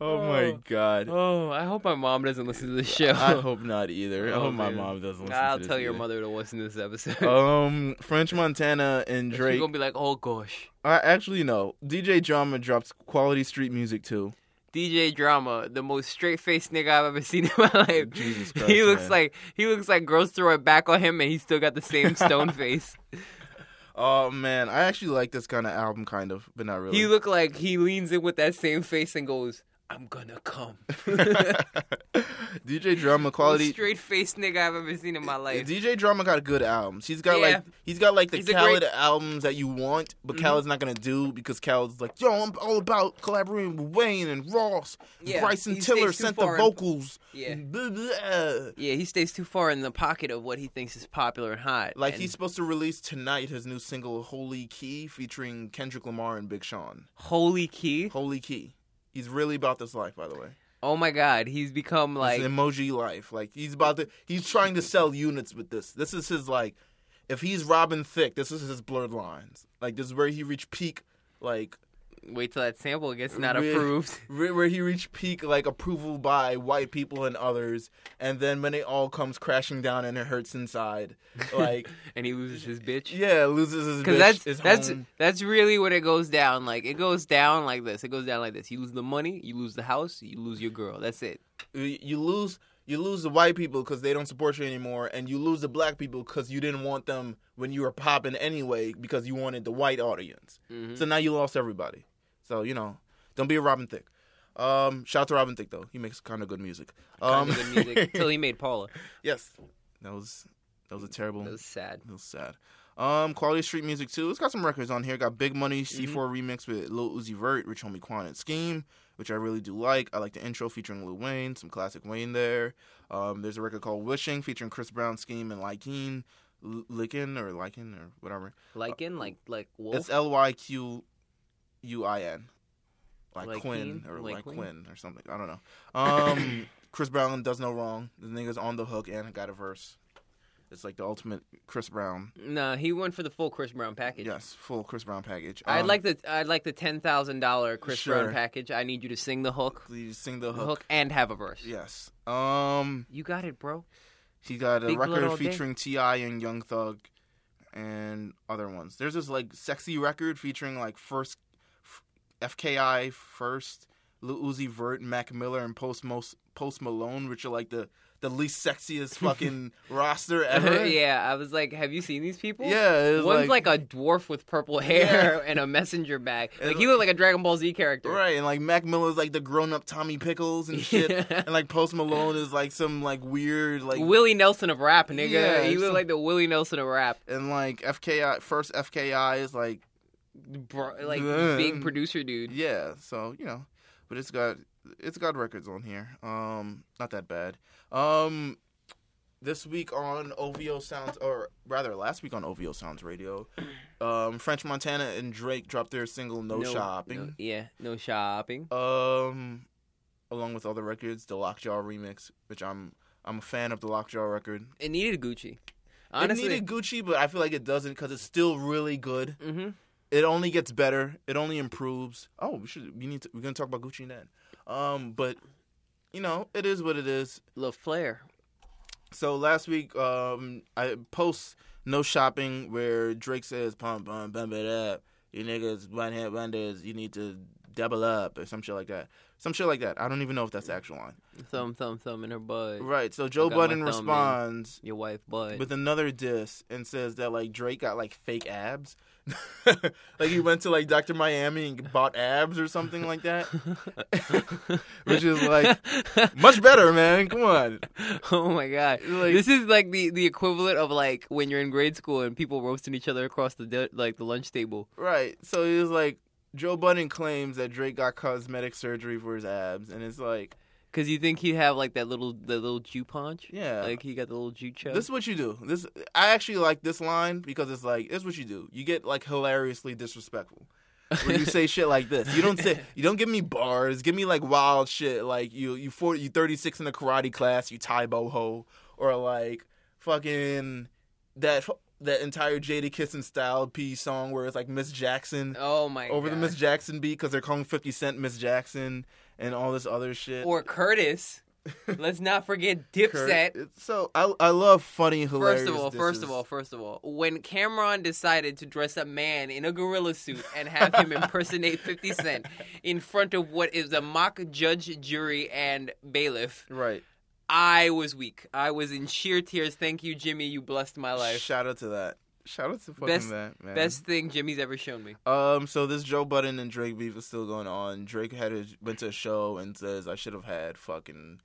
[SPEAKER 2] oh my god.
[SPEAKER 1] Oh, I hope my mom doesn't listen to this show.
[SPEAKER 2] I hope not either. I
[SPEAKER 1] Oh,
[SPEAKER 2] hope my
[SPEAKER 1] man.
[SPEAKER 2] mom doesn't listen
[SPEAKER 1] I'll
[SPEAKER 2] to this
[SPEAKER 1] tell your
[SPEAKER 2] either.
[SPEAKER 1] mother to listen to this episode.
[SPEAKER 2] Um, French Montana and
[SPEAKER 1] She's
[SPEAKER 2] Drake.
[SPEAKER 1] gonna be like, oh gosh.
[SPEAKER 2] I actually no. DJ Drama drops quality street music too.
[SPEAKER 1] DJ Drama, the most straight faced nigga I've ever seen in my life.
[SPEAKER 2] Oh, Jesus
[SPEAKER 1] he
[SPEAKER 2] Christ,
[SPEAKER 1] looks
[SPEAKER 2] man.
[SPEAKER 1] like he looks like girls throw it back on him and he still got the same stone face.
[SPEAKER 2] Oh man, I actually like this kind of album, kind of, but not really.
[SPEAKER 1] He looked like he leans in with that same face and goes, I'm gonna come.
[SPEAKER 2] DJ Drama quality.
[SPEAKER 1] Straight faced nigga I've ever seen in my life.
[SPEAKER 2] DJ Drama got good albums. He's got
[SPEAKER 1] Yeah.
[SPEAKER 2] like he's got like the
[SPEAKER 1] He's a
[SPEAKER 2] Khaled
[SPEAKER 1] great- Mm-hmm.
[SPEAKER 2] albums that you want, but Khaled's not gonna do because Khaled's like, yo, I'm all about collaborating with Wayne and Ross.
[SPEAKER 1] Yeah,
[SPEAKER 2] Bryson
[SPEAKER 1] he
[SPEAKER 2] Tiller
[SPEAKER 1] stays too
[SPEAKER 2] sent the
[SPEAKER 1] far in-
[SPEAKER 2] vocals.
[SPEAKER 1] Yeah.
[SPEAKER 2] and blah, blah."
[SPEAKER 1] Yeah, he stays too far in the pocket of what he thinks is popular and hot.
[SPEAKER 2] Like
[SPEAKER 1] and
[SPEAKER 2] he's supposed to release tonight his new single "Holy Key" featuring Kendrick Lamar and Big Sean.
[SPEAKER 1] holy key.
[SPEAKER 2] Holy Key. He's really about this life, by the way.
[SPEAKER 1] Oh my god, he's become like
[SPEAKER 2] It's an emoji life. Like he's about to. He's trying to sell units with this. This is his like. If he's Robin Thicke, this is his blurred lines. Like this is where he reached peak. Like
[SPEAKER 1] wait till that sample gets not
[SPEAKER 2] Re-
[SPEAKER 1] approved.
[SPEAKER 2] where where he reached peak like approval by white people and others, and then when it all comes crashing down and it hurts inside, like
[SPEAKER 1] And he loses his bitch.
[SPEAKER 2] yeah, loses his bitch,
[SPEAKER 1] Because that's
[SPEAKER 2] his
[SPEAKER 1] that's
[SPEAKER 2] home.
[SPEAKER 1] that's really what it goes down. Like it goes down like this. It goes down like this. You lose the money, you lose the house, you lose your girl. That's it.
[SPEAKER 2] you you lose you lose the white people because they don't support you anymore, and you lose the black people because you didn't want them when you were popping anyway because you wanted the white audience.
[SPEAKER 1] Mm-hmm.
[SPEAKER 2] So now you lost everybody. So you know, don't be a Robin Thicke. Um, shout out to Robin Thicke though; he makes kind of good music. Um,
[SPEAKER 1] Kinda good music until he made Paula.
[SPEAKER 2] yes, that was that was a terrible.
[SPEAKER 1] That was sad.
[SPEAKER 2] That was sad. Um, quality street music too. It's got some records on here. Got Big Money C4
[SPEAKER 1] Mm-hmm.
[SPEAKER 2] remix with Lil Uzi Vert, Rich Homie Quan, and Scheme, which I really do like. I like the intro featuring Lil Wayne, some classic Wayne there. Um, there's a record called Wishing featuring Chris Brown, Scheme, and Lycan, L- Lycan or Lycan or whatever.
[SPEAKER 1] Lycan, like like wolf.
[SPEAKER 2] It's L Y Q U I N, like
[SPEAKER 1] Lycan?
[SPEAKER 2] Quinn or like
[SPEAKER 1] Lyquin?
[SPEAKER 2] Quinn or something. I don't know. Um, Chris Brown does no wrong. The nigga's on the hook and got a verse. It's like the ultimate Chris Brown
[SPEAKER 1] Nah, he went for the full Chris Brown package.
[SPEAKER 2] Yes, full Chris Brown package.
[SPEAKER 1] I'd
[SPEAKER 2] Um,
[SPEAKER 1] like the I'd like the ten thousand dollar Chris
[SPEAKER 2] Sure.
[SPEAKER 1] Brown package. I need you to sing the hook,
[SPEAKER 2] please sing the
[SPEAKER 1] the
[SPEAKER 2] hook.
[SPEAKER 1] hook, and have a verse.
[SPEAKER 2] Yes. Um,
[SPEAKER 1] You got it, bro.
[SPEAKER 2] he got a
[SPEAKER 1] Big Blood
[SPEAKER 2] record
[SPEAKER 1] All Day.
[SPEAKER 2] featuring Ti and Young Thug, and other ones. There's this like sexy record featuring like first F- FKI, first Lil Uzi Vert, Mac Miller, and Post Mos- Post Malone, which are like the the least sexiest fucking roster ever.
[SPEAKER 1] yeah, I was like, have you seen these people?
[SPEAKER 2] Yeah, it was
[SPEAKER 1] One's
[SPEAKER 2] like-
[SPEAKER 1] like, a dwarf with purple hair and a messenger bag. Like he looked like a Dragon Ball Z character.
[SPEAKER 2] Right, and like Mac Miller's like the grown up Tommy Pickles and shit,
[SPEAKER 1] Yeah.
[SPEAKER 2] and like Post Malone is like some like weird like
[SPEAKER 1] Willie Nelson of rap, nigga.
[SPEAKER 2] Yeah,
[SPEAKER 1] he
[SPEAKER 2] so-
[SPEAKER 1] looked like the Willie Nelson of rap.
[SPEAKER 2] and like FKI first FKI is like
[SPEAKER 1] Bro, like
[SPEAKER 2] Yeah.
[SPEAKER 1] big producer dude.
[SPEAKER 2] yeah, so you know, but it's got it's got records on here. Um, not that bad. Um, this week on OVO Sounds, or rather last week on OVO Sounds Radio, um, French Montana and Drake dropped their single "No, Shopping."
[SPEAKER 1] yeah, no shopping.
[SPEAKER 2] Um, along with other records, the Lockjaw remix, which I'm I'm a fan of the Lockjaw record.
[SPEAKER 1] It needed Gucci.
[SPEAKER 2] Honestly,
[SPEAKER 1] Honestly.
[SPEAKER 2] it needed Gucci, but I feel like it doesn't because it's still really good.
[SPEAKER 1] hmm
[SPEAKER 2] it only gets better. It only improves. Oh, we should. We need. To, we're gonna talk about Gucci then. Um, but you know, it is what it is.
[SPEAKER 1] Little flair.
[SPEAKER 2] So last week, um, I post no shopping where Drake says, "Pump, pump, pump it up." You niggas, one hit wonders. You need to double up or some shit like that. Some shit like that. I don't even know if that's the actual line.
[SPEAKER 1] Thumb, thumb, thumb in her butt.
[SPEAKER 2] Right. So Joe
[SPEAKER 1] got my
[SPEAKER 2] Budden
[SPEAKER 1] thumb in.
[SPEAKER 2] responds
[SPEAKER 1] Your wife butt.
[SPEAKER 2] with another diss and says that like Drake got like fake abs. like he went to like Dr. Miami and bought abs or something like that. Which is like much better, man. Come on.
[SPEAKER 1] oh my god,
[SPEAKER 2] Like-
[SPEAKER 1] this is like the the equivalent of like when you're in grade school and people roasting each other across the de- like the lunch table.
[SPEAKER 2] Right. So it was like Joe Budden claims that Drake got cosmetic surgery for his abs and it's like
[SPEAKER 1] Cause you think he'd have like that little that little Jew punch?
[SPEAKER 2] Yeah.
[SPEAKER 1] like he got the little Jew chub.
[SPEAKER 2] this is what you do. This I actually like this line because it's like this is what you do. You get like hilariously disrespectful. when you say shit like this. You don't say you don't give me bars. Give me like wild shit like you you 40, you 36 in a karate class, you tie boho or like fucking that that entire Jada Kissin style P song where it's like Miss Jackson
[SPEAKER 1] oh my
[SPEAKER 2] over the
[SPEAKER 1] God.
[SPEAKER 2] Miss Jackson beat cuz they're calling 50 Cent Miss Jackson and all this other shit.
[SPEAKER 1] or Curtis. Let's not forget Dipset.
[SPEAKER 2] Kurt- So I I love funny hilarious
[SPEAKER 1] First of all, first of
[SPEAKER 2] disses.
[SPEAKER 1] all, first of all, when Cameron decided to dress a man in a gorilla suit and have him impersonate 50 Cent in front of what is a mock judge, jury, and bailiff,
[SPEAKER 2] Right.
[SPEAKER 1] I was weak. I was in sheer tears. Thank you, Jimmy. You blessed my life.
[SPEAKER 2] Shout out to that. Shout out to fucking
[SPEAKER 1] Best-
[SPEAKER 2] that, man.
[SPEAKER 1] Best thing Jimmy's ever shown me.
[SPEAKER 2] Um, so this Joe Budden and Drake beef is still going on. Drake had a, went to a show and says I should have had fucking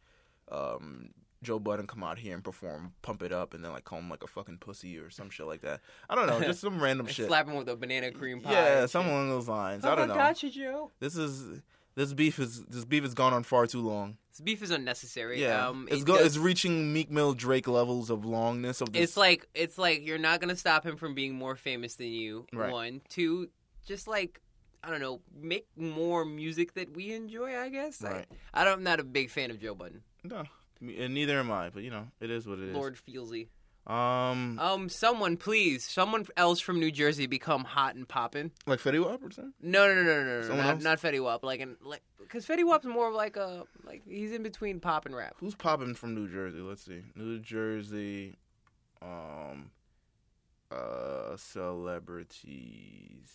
[SPEAKER 2] um Joe Budden come out here and perform, pump it up, and then like call him like a fucking pussy or some shit like that. I don't know, just some random shit.
[SPEAKER 1] Slap him with a banana cream pie.
[SPEAKER 2] yeah,
[SPEAKER 1] and
[SPEAKER 2] something
[SPEAKER 1] shit.
[SPEAKER 2] along those lines.
[SPEAKER 1] Oh,
[SPEAKER 2] I don't know.
[SPEAKER 1] got you, Joe.
[SPEAKER 2] This is this beef is this beef has gone on far too long.
[SPEAKER 1] This beef is unnecessary.
[SPEAKER 2] Yeah,
[SPEAKER 1] um,
[SPEAKER 2] it's
[SPEAKER 1] it
[SPEAKER 2] go
[SPEAKER 1] does-
[SPEAKER 2] it's reaching Meek Mill Drake levels of longness of this.
[SPEAKER 1] It's like it's like you're not gonna stop him from being more famous than you.
[SPEAKER 2] Right.
[SPEAKER 1] One, two, just like I don't know, make more music that we enjoy. I guess.
[SPEAKER 2] Right.
[SPEAKER 1] I, I don't. I'm not a big fan of Joe Budden.
[SPEAKER 2] no, and neither am I. But you know, it is what it is.
[SPEAKER 1] Lord Feelsy.
[SPEAKER 2] Um,
[SPEAKER 1] Um, someone please, someone else from New Jersey become hot and poppin'.
[SPEAKER 2] like Fetty Wap or something.
[SPEAKER 1] No, no, no, no, no, no
[SPEAKER 2] Someone
[SPEAKER 1] not,
[SPEAKER 2] else?
[SPEAKER 1] not Fetty Wap. Like, an, like, because Fetty Wap's more of like a like he's in between pop and rap.
[SPEAKER 2] Who's popping from New Jersey? Let's see. New Jersey, um, uh, celebrities,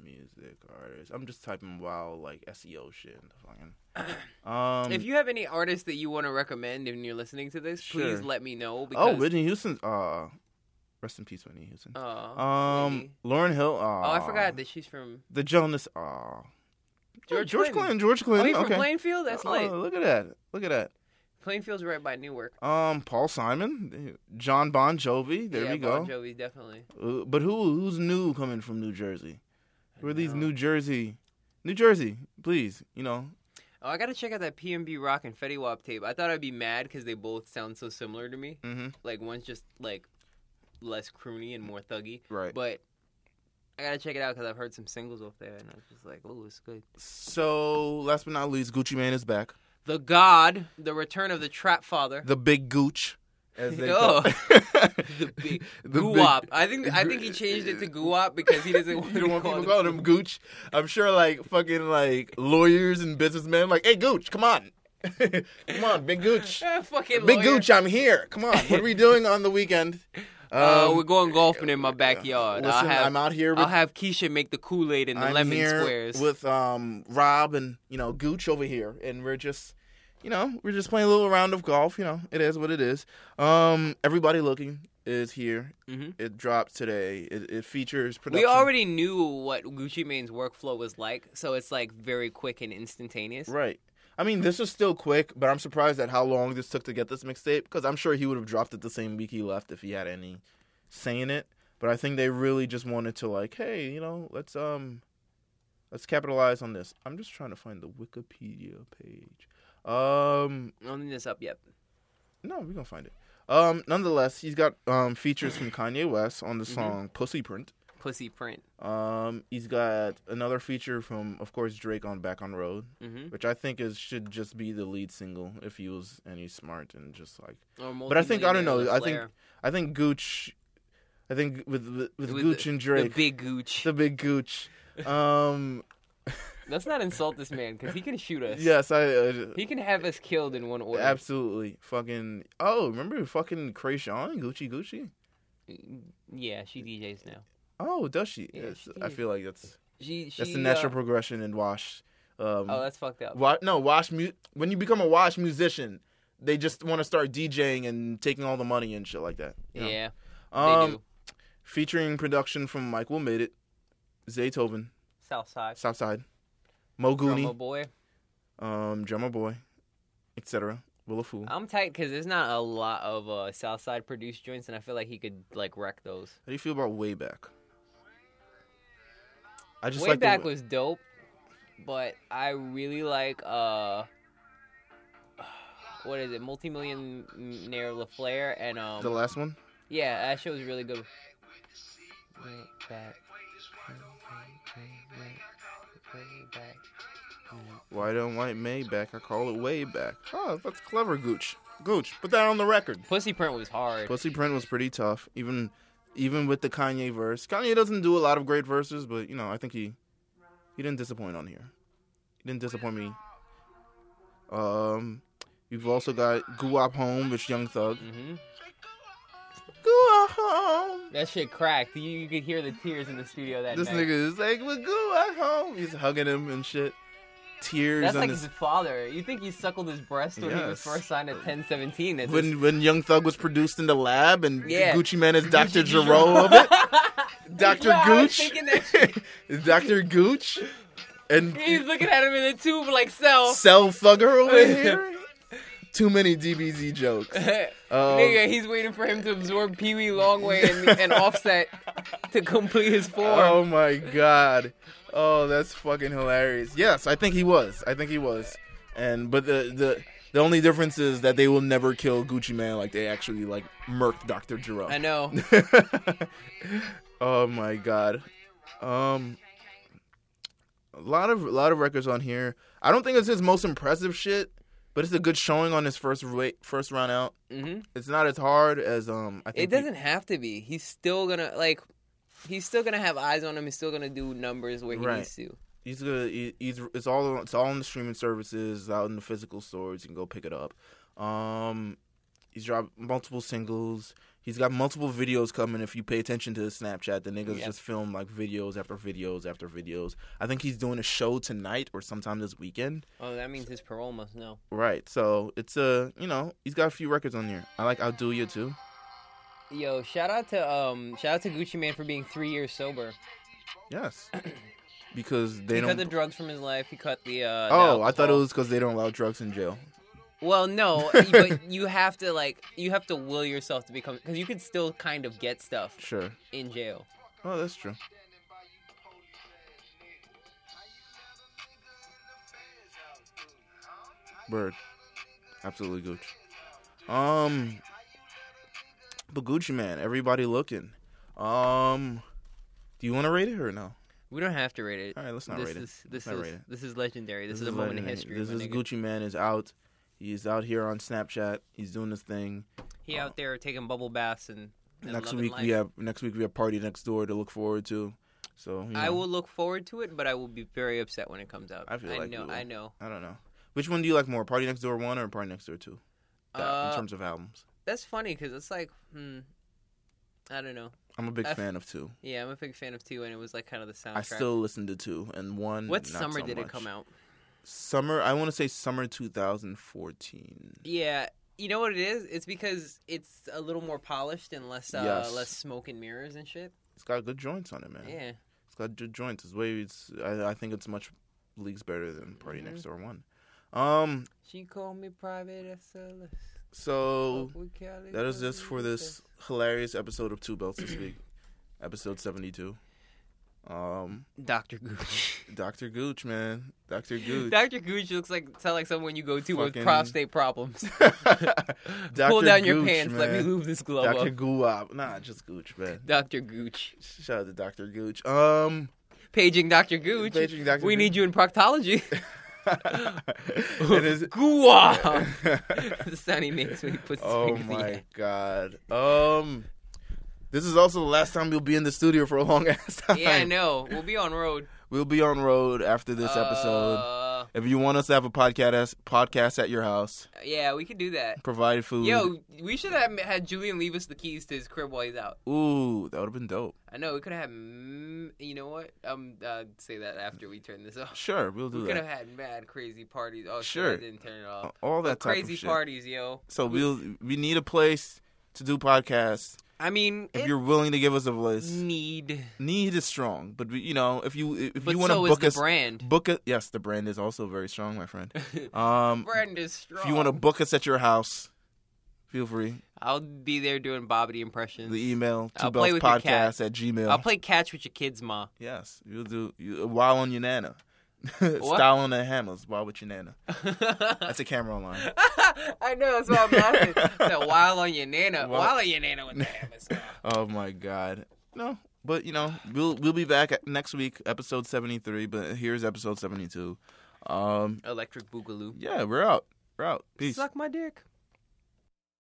[SPEAKER 2] music artists. I'm just typing wild like SEO shit. and Fucking. Um.
[SPEAKER 1] if you have any artists that you want to recommend and you're listening to this,
[SPEAKER 2] Sure.
[SPEAKER 1] please let me know.
[SPEAKER 2] oh,
[SPEAKER 1] Because,
[SPEAKER 2] Whitney Houston. Uh, rest in peace, Whitney Houston.
[SPEAKER 1] Aw,
[SPEAKER 2] um,
[SPEAKER 1] Whitney.
[SPEAKER 2] Lauren Hill. Uh,
[SPEAKER 1] Oh, I forgot that she's from
[SPEAKER 2] The Jonas. Uh, George
[SPEAKER 1] George
[SPEAKER 2] Clinton.
[SPEAKER 1] Clinton.
[SPEAKER 2] George
[SPEAKER 1] Oh,
[SPEAKER 2] Clinton.
[SPEAKER 1] you from
[SPEAKER 2] okay.
[SPEAKER 1] Plainfield? That's
[SPEAKER 2] Oh,
[SPEAKER 1] light.
[SPEAKER 2] look at that. Look at that.
[SPEAKER 1] Plainfield's right by Newark.
[SPEAKER 2] Um, Paul Simon, John Bon Jovi. There
[SPEAKER 1] yeah,
[SPEAKER 2] we go.
[SPEAKER 1] Bon Jovi, definitely.
[SPEAKER 2] Uh, but who who's new coming from New Jersey? Who are these
[SPEAKER 1] know.
[SPEAKER 2] New Jersey? New Jersey, please. You know,
[SPEAKER 1] Oh, I gotta check out that PMB Rock and Fetty Wap tape. I thought I'd be mad because they both sound so similar to me.
[SPEAKER 2] mm-hmm.
[SPEAKER 1] Like one's just like less croony and more thuggy,
[SPEAKER 2] right.
[SPEAKER 1] but I gotta check it out because I've heard some singles off there, and I was just like, "Oh, it's good."
[SPEAKER 2] So last but not least, Gucci Man is back.
[SPEAKER 1] The God, the Return of the Trap Father.
[SPEAKER 2] The big Gooch, as they call
[SPEAKER 1] Oh. The big
[SPEAKER 2] The
[SPEAKER 1] Guwap.
[SPEAKER 2] big-
[SPEAKER 1] I think I think he changed it to Guwap because he doesn't want
[SPEAKER 2] You
[SPEAKER 1] to
[SPEAKER 2] don't want
[SPEAKER 1] call
[SPEAKER 2] people
[SPEAKER 1] him-
[SPEAKER 2] calling him Gooch. I'm sure, like fucking, like lawyers and businessmen, like, hey, Gooch, come on, come on, big Gooch,
[SPEAKER 1] Ah, fucking
[SPEAKER 2] big
[SPEAKER 1] lawyer.
[SPEAKER 2] Gooch, I'm here. Come on, what are we doing on the weekend?
[SPEAKER 1] Uh,
[SPEAKER 2] Um,
[SPEAKER 1] we're going golfing in my backyard.
[SPEAKER 2] Listen,
[SPEAKER 1] I'll have,
[SPEAKER 2] I'm out here with
[SPEAKER 1] I'll have Keisha make the Kool Aid and the
[SPEAKER 2] I'm
[SPEAKER 1] lemon
[SPEAKER 2] here
[SPEAKER 1] squares.
[SPEAKER 2] with um Rob and you know Gooch over here, and we're just you know we're just playing a little round of golf. You know it is what it is. Um, everybody looking is here.
[SPEAKER 1] Mhm.
[SPEAKER 2] It dropped today. It, it features
[SPEAKER 1] we
[SPEAKER 2] production.
[SPEAKER 1] already knew what Gucci Mane's workflow was like, so it's like very quick and instantaneous.
[SPEAKER 2] right. I mean, this is still quick, but I'm surprised at how long this took to get this mixtape because I'm sure he would have dropped it the same week he left if he had any say in it. But I think they really just wanted to like, hey, you know, let's um, let's capitalize on this. I'm just trying to find the Wikipedia page. Um,
[SPEAKER 1] I don't think that's up yet.
[SPEAKER 2] no, we're gonna find it. Um, nonetheless, he's got um features from Kanye West on the
[SPEAKER 1] Mhm.
[SPEAKER 2] song Pussy Print.
[SPEAKER 1] Pussy print.
[SPEAKER 2] Um, he's got another feature from, of course, Drake on Back on Road
[SPEAKER 1] Mm-hmm.
[SPEAKER 2] which I think is should just be the lead single if he was any smart and just like.
[SPEAKER 1] Or
[SPEAKER 2] But I think I don't know. I
[SPEAKER 1] multimillionaire
[SPEAKER 2] think
[SPEAKER 1] Flair.
[SPEAKER 2] I think Gooch, I think with with, with
[SPEAKER 1] With
[SPEAKER 2] Gooch and Drake,
[SPEAKER 1] the big Gooch.
[SPEAKER 2] the big Gooch. Um,
[SPEAKER 1] Let's not insult this man because he can shoot us.
[SPEAKER 2] yes, I, I
[SPEAKER 1] He can have us killed in one order.
[SPEAKER 2] absolutely fucking. Oh, remember fucking Krayshawn Gucci Gucci.
[SPEAKER 1] yeah, she DJs now.
[SPEAKER 2] Oh, does she?
[SPEAKER 1] Yeah,
[SPEAKER 2] Yes,
[SPEAKER 1] she
[SPEAKER 2] I
[SPEAKER 1] did.
[SPEAKER 2] feel like that's
[SPEAKER 1] She, she
[SPEAKER 2] that's the natural
[SPEAKER 1] uh,
[SPEAKER 2] progression in Wash Um,
[SPEAKER 1] Oh, that's fucked up.
[SPEAKER 2] wa- no, wash mu- when you become a wash musician, they just want to start DJing and taking all the money and shit like that. you know?
[SPEAKER 1] Yeah,
[SPEAKER 2] Um,
[SPEAKER 1] they do.
[SPEAKER 2] featuring production from Michael Made It, Zaytoven,
[SPEAKER 1] Southside.
[SPEAKER 2] Southside, Mo
[SPEAKER 1] Drummer
[SPEAKER 2] Gooney,
[SPEAKER 1] boy. Uh,
[SPEAKER 2] um, Drummer Boy, etc. Willa Fool. How
[SPEAKER 1] I'm tight because there's not a lot of uh, Southside produced joints, and I feel like he could like wreck those.
[SPEAKER 2] do you feel about Way Back? I just
[SPEAKER 1] Way
[SPEAKER 2] like the-
[SPEAKER 1] back was dope, but I really like uh, what is it? Multimillionaire LaFleur and um,
[SPEAKER 2] the last one.
[SPEAKER 1] yeah, that shit was really good. Way back.
[SPEAKER 2] Why don't white Maybach? I call it way back. Oh, that's clever, Gooch. Gooch, put that on the record.
[SPEAKER 1] Pussy Print was hard.
[SPEAKER 2] Pussy Print was pretty tough, even even with the Kanye verse. Kanye doesn't do a lot of great verses, but you know, I think he he didn't disappoint on here. He didn't disappoint me. Um, you've also got Guap Home, which Young Thug.
[SPEAKER 1] hmm
[SPEAKER 2] Guap Home.
[SPEAKER 1] That shit cracked. You, you could hear the tears in the studio that
[SPEAKER 2] This
[SPEAKER 1] night.
[SPEAKER 2] nigga is like with Guap Home. He's hugging him and shit. Tears
[SPEAKER 1] That's
[SPEAKER 2] on
[SPEAKER 1] like
[SPEAKER 2] his.
[SPEAKER 1] his father. You think he suckled his breast when he was
[SPEAKER 2] Yes. Uh,
[SPEAKER 1] first signed at 1017? That's his-
[SPEAKER 2] when when Young Thug was produced in the lab and
[SPEAKER 1] Yeah.
[SPEAKER 2] Gucci Man is Dr. Jerome of it. Dr.
[SPEAKER 1] Yeah, I was
[SPEAKER 2] Gooch.
[SPEAKER 1] thinking that
[SPEAKER 2] Dr. Gooch and
[SPEAKER 1] He's looking at him in the tube like self.
[SPEAKER 2] Cell Thugger over here. Too many DBZ jokes. Um,
[SPEAKER 1] Nigga, he's waiting for him to absorb Pee Wee Longway and, and Offset to complete his form.
[SPEAKER 2] Oh my god. Oh, that's fucking hilarious. Yes, I think he was. I think he was. And but the the the only difference is that they will never kill Gucci Man like they actually like murked Dr. Jerome.
[SPEAKER 1] I know.
[SPEAKER 2] oh my god. Um a lot of a lot of records on here. I don't think it's his most impressive shit, but it's a good showing on his first ra- first round out.
[SPEAKER 1] hmm
[SPEAKER 2] It's not as hard as um I
[SPEAKER 1] It
[SPEAKER 2] think
[SPEAKER 1] doesn't have to be. He's still gonna like. He's still gonna have eyes on him. He's still gonna do numbers where he
[SPEAKER 2] Right.
[SPEAKER 1] needs to.
[SPEAKER 2] he- he's gonna he, he's it's all it's all in the streaming services, out in the physical stores, you can go pick it up. Um he's dropped multiple singles. He's got multiple videos coming. If you pay attention to his Snapchat, the niggas
[SPEAKER 1] Yeah.
[SPEAKER 2] just film like videos after videos after videos. I think he's doing a show tonight or sometime this weekend.
[SPEAKER 1] Oh, that means his parole must know.
[SPEAKER 2] Right. So it's a you know he's got a few records on here. I like I'll Do You too.
[SPEAKER 1] Yo, shout out to um, shout out to Gucci Man for being three years sober.
[SPEAKER 2] Yes. Because they
[SPEAKER 1] he
[SPEAKER 2] don't.
[SPEAKER 1] cut the drugs from his life. He cut the. Uh, the
[SPEAKER 2] oh, I thought it
[SPEAKER 1] alcohol.
[SPEAKER 2] was because they don't allow drugs in jail.
[SPEAKER 1] Well, no, but you have to like you have to will yourself to become because you could still kind of get stuff
[SPEAKER 2] Sure.
[SPEAKER 1] in jail.
[SPEAKER 2] Oh, that's true. Bird. Absolutely Gucci. Um But Gucci man, everybody looking. Um do you wanna rate it or no?
[SPEAKER 1] We don't have to rate it.
[SPEAKER 2] All right, let's not
[SPEAKER 1] this
[SPEAKER 2] rate it.
[SPEAKER 1] is,
[SPEAKER 2] Let's
[SPEAKER 1] This
[SPEAKER 2] not
[SPEAKER 1] is
[SPEAKER 2] rate it.
[SPEAKER 1] this is legendary. This, is, a moment in
[SPEAKER 2] legendary.
[SPEAKER 1] history.
[SPEAKER 2] This
[SPEAKER 1] This
[SPEAKER 2] is Gucci Man is out. He's out here on Snapchat. He's doing his thing.
[SPEAKER 1] He out there taking bubble baths and, and
[SPEAKER 2] oh. next
[SPEAKER 1] loving
[SPEAKER 2] week
[SPEAKER 1] life.
[SPEAKER 2] we have next week we have party next door to look forward to. So you
[SPEAKER 1] I
[SPEAKER 2] know,
[SPEAKER 1] will look forward to it, but I will be very upset when it comes out.
[SPEAKER 2] I feel like
[SPEAKER 1] know.
[SPEAKER 2] you will.
[SPEAKER 1] I know.
[SPEAKER 2] I don't know. Which one do you like more, Party Next Door one or Party Next Door two? That-
[SPEAKER 1] Uh,
[SPEAKER 2] in terms of albums,
[SPEAKER 1] That's funny because it's like, hmm, I don't know.
[SPEAKER 2] I'm a big
[SPEAKER 1] I f-
[SPEAKER 2] fan of two.
[SPEAKER 1] Yeah, I'm a big fan of two, and it was like kind of the soundtrack.
[SPEAKER 2] I still listen to two and one.
[SPEAKER 1] What
[SPEAKER 2] not
[SPEAKER 1] summer
[SPEAKER 2] so
[SPEAKER 1] did it
[SPEAKER 2] much.
[SPEAKER 1] come out?
[SPEAKER 2] Summer. I want to say summer 2014.
[SPEAKER 1] Yeah, you know what it is? It's because it's a little more polished and less uh,
[SPEAKER 2] Yes.
[SPEAKER 1] less smoke and mirrors and shit.
[SPEAKER 2] It's got good joints on it, man.
[SPEAKER 1] Yeah.
[SPEAKER 2] It's got good joints. It's way. It's. I, I think it's much leagues better than Party Next
[SPEAKER 1] Mm-hmm.
[SPEAKER 2] Door one. Um.
[SPEAKER 1] She called me private SLS.
[SPEAKER 2] So.
[SPEAKER 1] Fuck with Cali
[SPEAKER 2] That is this
[SPEAKER 1] girls.
[SPEAKER 2] for this hilarious episode of Two Belts this week, episode seventy-two. Um,
[SPEAKER 1] Dr. Gooch.
[SPEAKER 2] Doctor Gooch, man, Doctor Gooch,
[SPEAKER 1] Dr. Gooch looks like sound like someone you go to with
[SPEAKER 2] Fucking-
[SPEAKER 1] prostate problems.
[SPEAKER 2] Dr.
[SPEAKER 1] Pull down your
[SPEAKER 2] Gooch,
[SPEAKER 1] pants. Let me
[SPEAKER 2] man.
[SPEAKER 1] lube this glove
[SPEAKER 2] Doctor
[SPEAKER 1] up.
[SPEAKER 2] Guwap, nah, just Gooch, man.
[SPEAKER 1] Dr. Gooch.
[SPEAKER 2] Shout out to Doctor Gooch. Um,
[SPEAKER 1] Paging Dr. Gooch.
[SPEAKER 2] Paging Dr.
[SPEAKER 1] We
[SPEAKER 2] Gooch.
[SPEAKER 1] need you in proctology.
[SPEAKER 2] it is.
[SPEAKER 1] Guam. the sound he makes when he puts his
[SPEAKER 2] Oh
[SPEAKER 1] fingers in the
[SPEAKER 2] my
[SPEAKER 1] air.
[SPEAKER 2] god. Um, this is also the last time you'll be in the studio for a long ass time.
[SPEAKER 1] Yeah, I know. We'll be on road.
[SPEAKER 2] We'll be on road after this episode.
[SPEAKER 1] Uh,
[SPEAKER 2] If you want us to have a podcast podcast at your house,
[SPEAKER 1] Yeah, we could do that.
[SPEAKER 2] provide food.
[SPEAKER 1] Yo, we should have had Julian leave us the keys to his crib while he's out.
[SPEAKER 2] Ooh, that would have been dope.
[SPEAKER 1] I know we could have had. m- You know what? Um, uh, say that after we turn this off.
[SPEAKER 2] Sure, we'll do
[SPEAKER 1] We could have
[SPEAKER 2] that.
[SPEAKER 1] had mad crazy parties. Oh,
[SPEAKER 2] Sure. Oh,
[SPEAKER 1] shit, I didn't turn it off.
[SPEAKER 2] All that
[SPEAKER 1] But
[SPEAKER 2] type of
[SPEAKER 1] crazy
[SPEAKER 2] shit.
[SPEAKER 1] parties, yo.
[SPEAKER 2] So we'll we need a place to do podcasts.
[SPEAKER 1] I mean,
[SPEAKER 2] If
[SPEAKER 1] it-
[SPEAKER 2] you're willing to give us a place,
[SPEAKER 1] need,
[SPEAKER 2] need is strong, but we, you know if you if
[SPEAKER 1] but
[SPEAKER 2] you want to
[SPEAKER 1] so is
[SPEAKER 2] book
[SPEAKER 1] the
[SPEAKER 2] us,
[SPEAKER 1] brand.
[SPEAKER 2] book it. Yes, the brand is also very strong, my friend. Um,
[SPEAKER 1] Brand is strong.
[SPEAKER 2] if you want to book us at your house, feel free.
[SPEAKER 1] I'll be there doing Bobbity impressions.
[SPEAKER 2] The email two
[SPEAKER 1] I'll play
[SPEAKER 2] bells
[SPEAKER 1] with your cat.
[SPEAKER 2] podcast at gmail.
[SPEAKER 1] I'll play catch with your kids, ma.
[SPEAKER 2] Yes, you'll do you, while on your nana. Style on the hammers while with your nana. That's a camera online.
[SPEAKER 1] I know, that's why I'm laughing. That while on your nana,
[SPEAKER 2] Well-
[SPEAKER 1] while on your nana with the hammers.
[SPEAKER 2] Oh my god. No, but you know we'll we'll be back next week, episode seventy three. But here's episode seventy two. Um,
[SPEAKER 1] Electric Boogaloo.
[SPEAKER 2] yeah, we're out. We're out. Peace.
[SPEAKER 1] Suck my dick.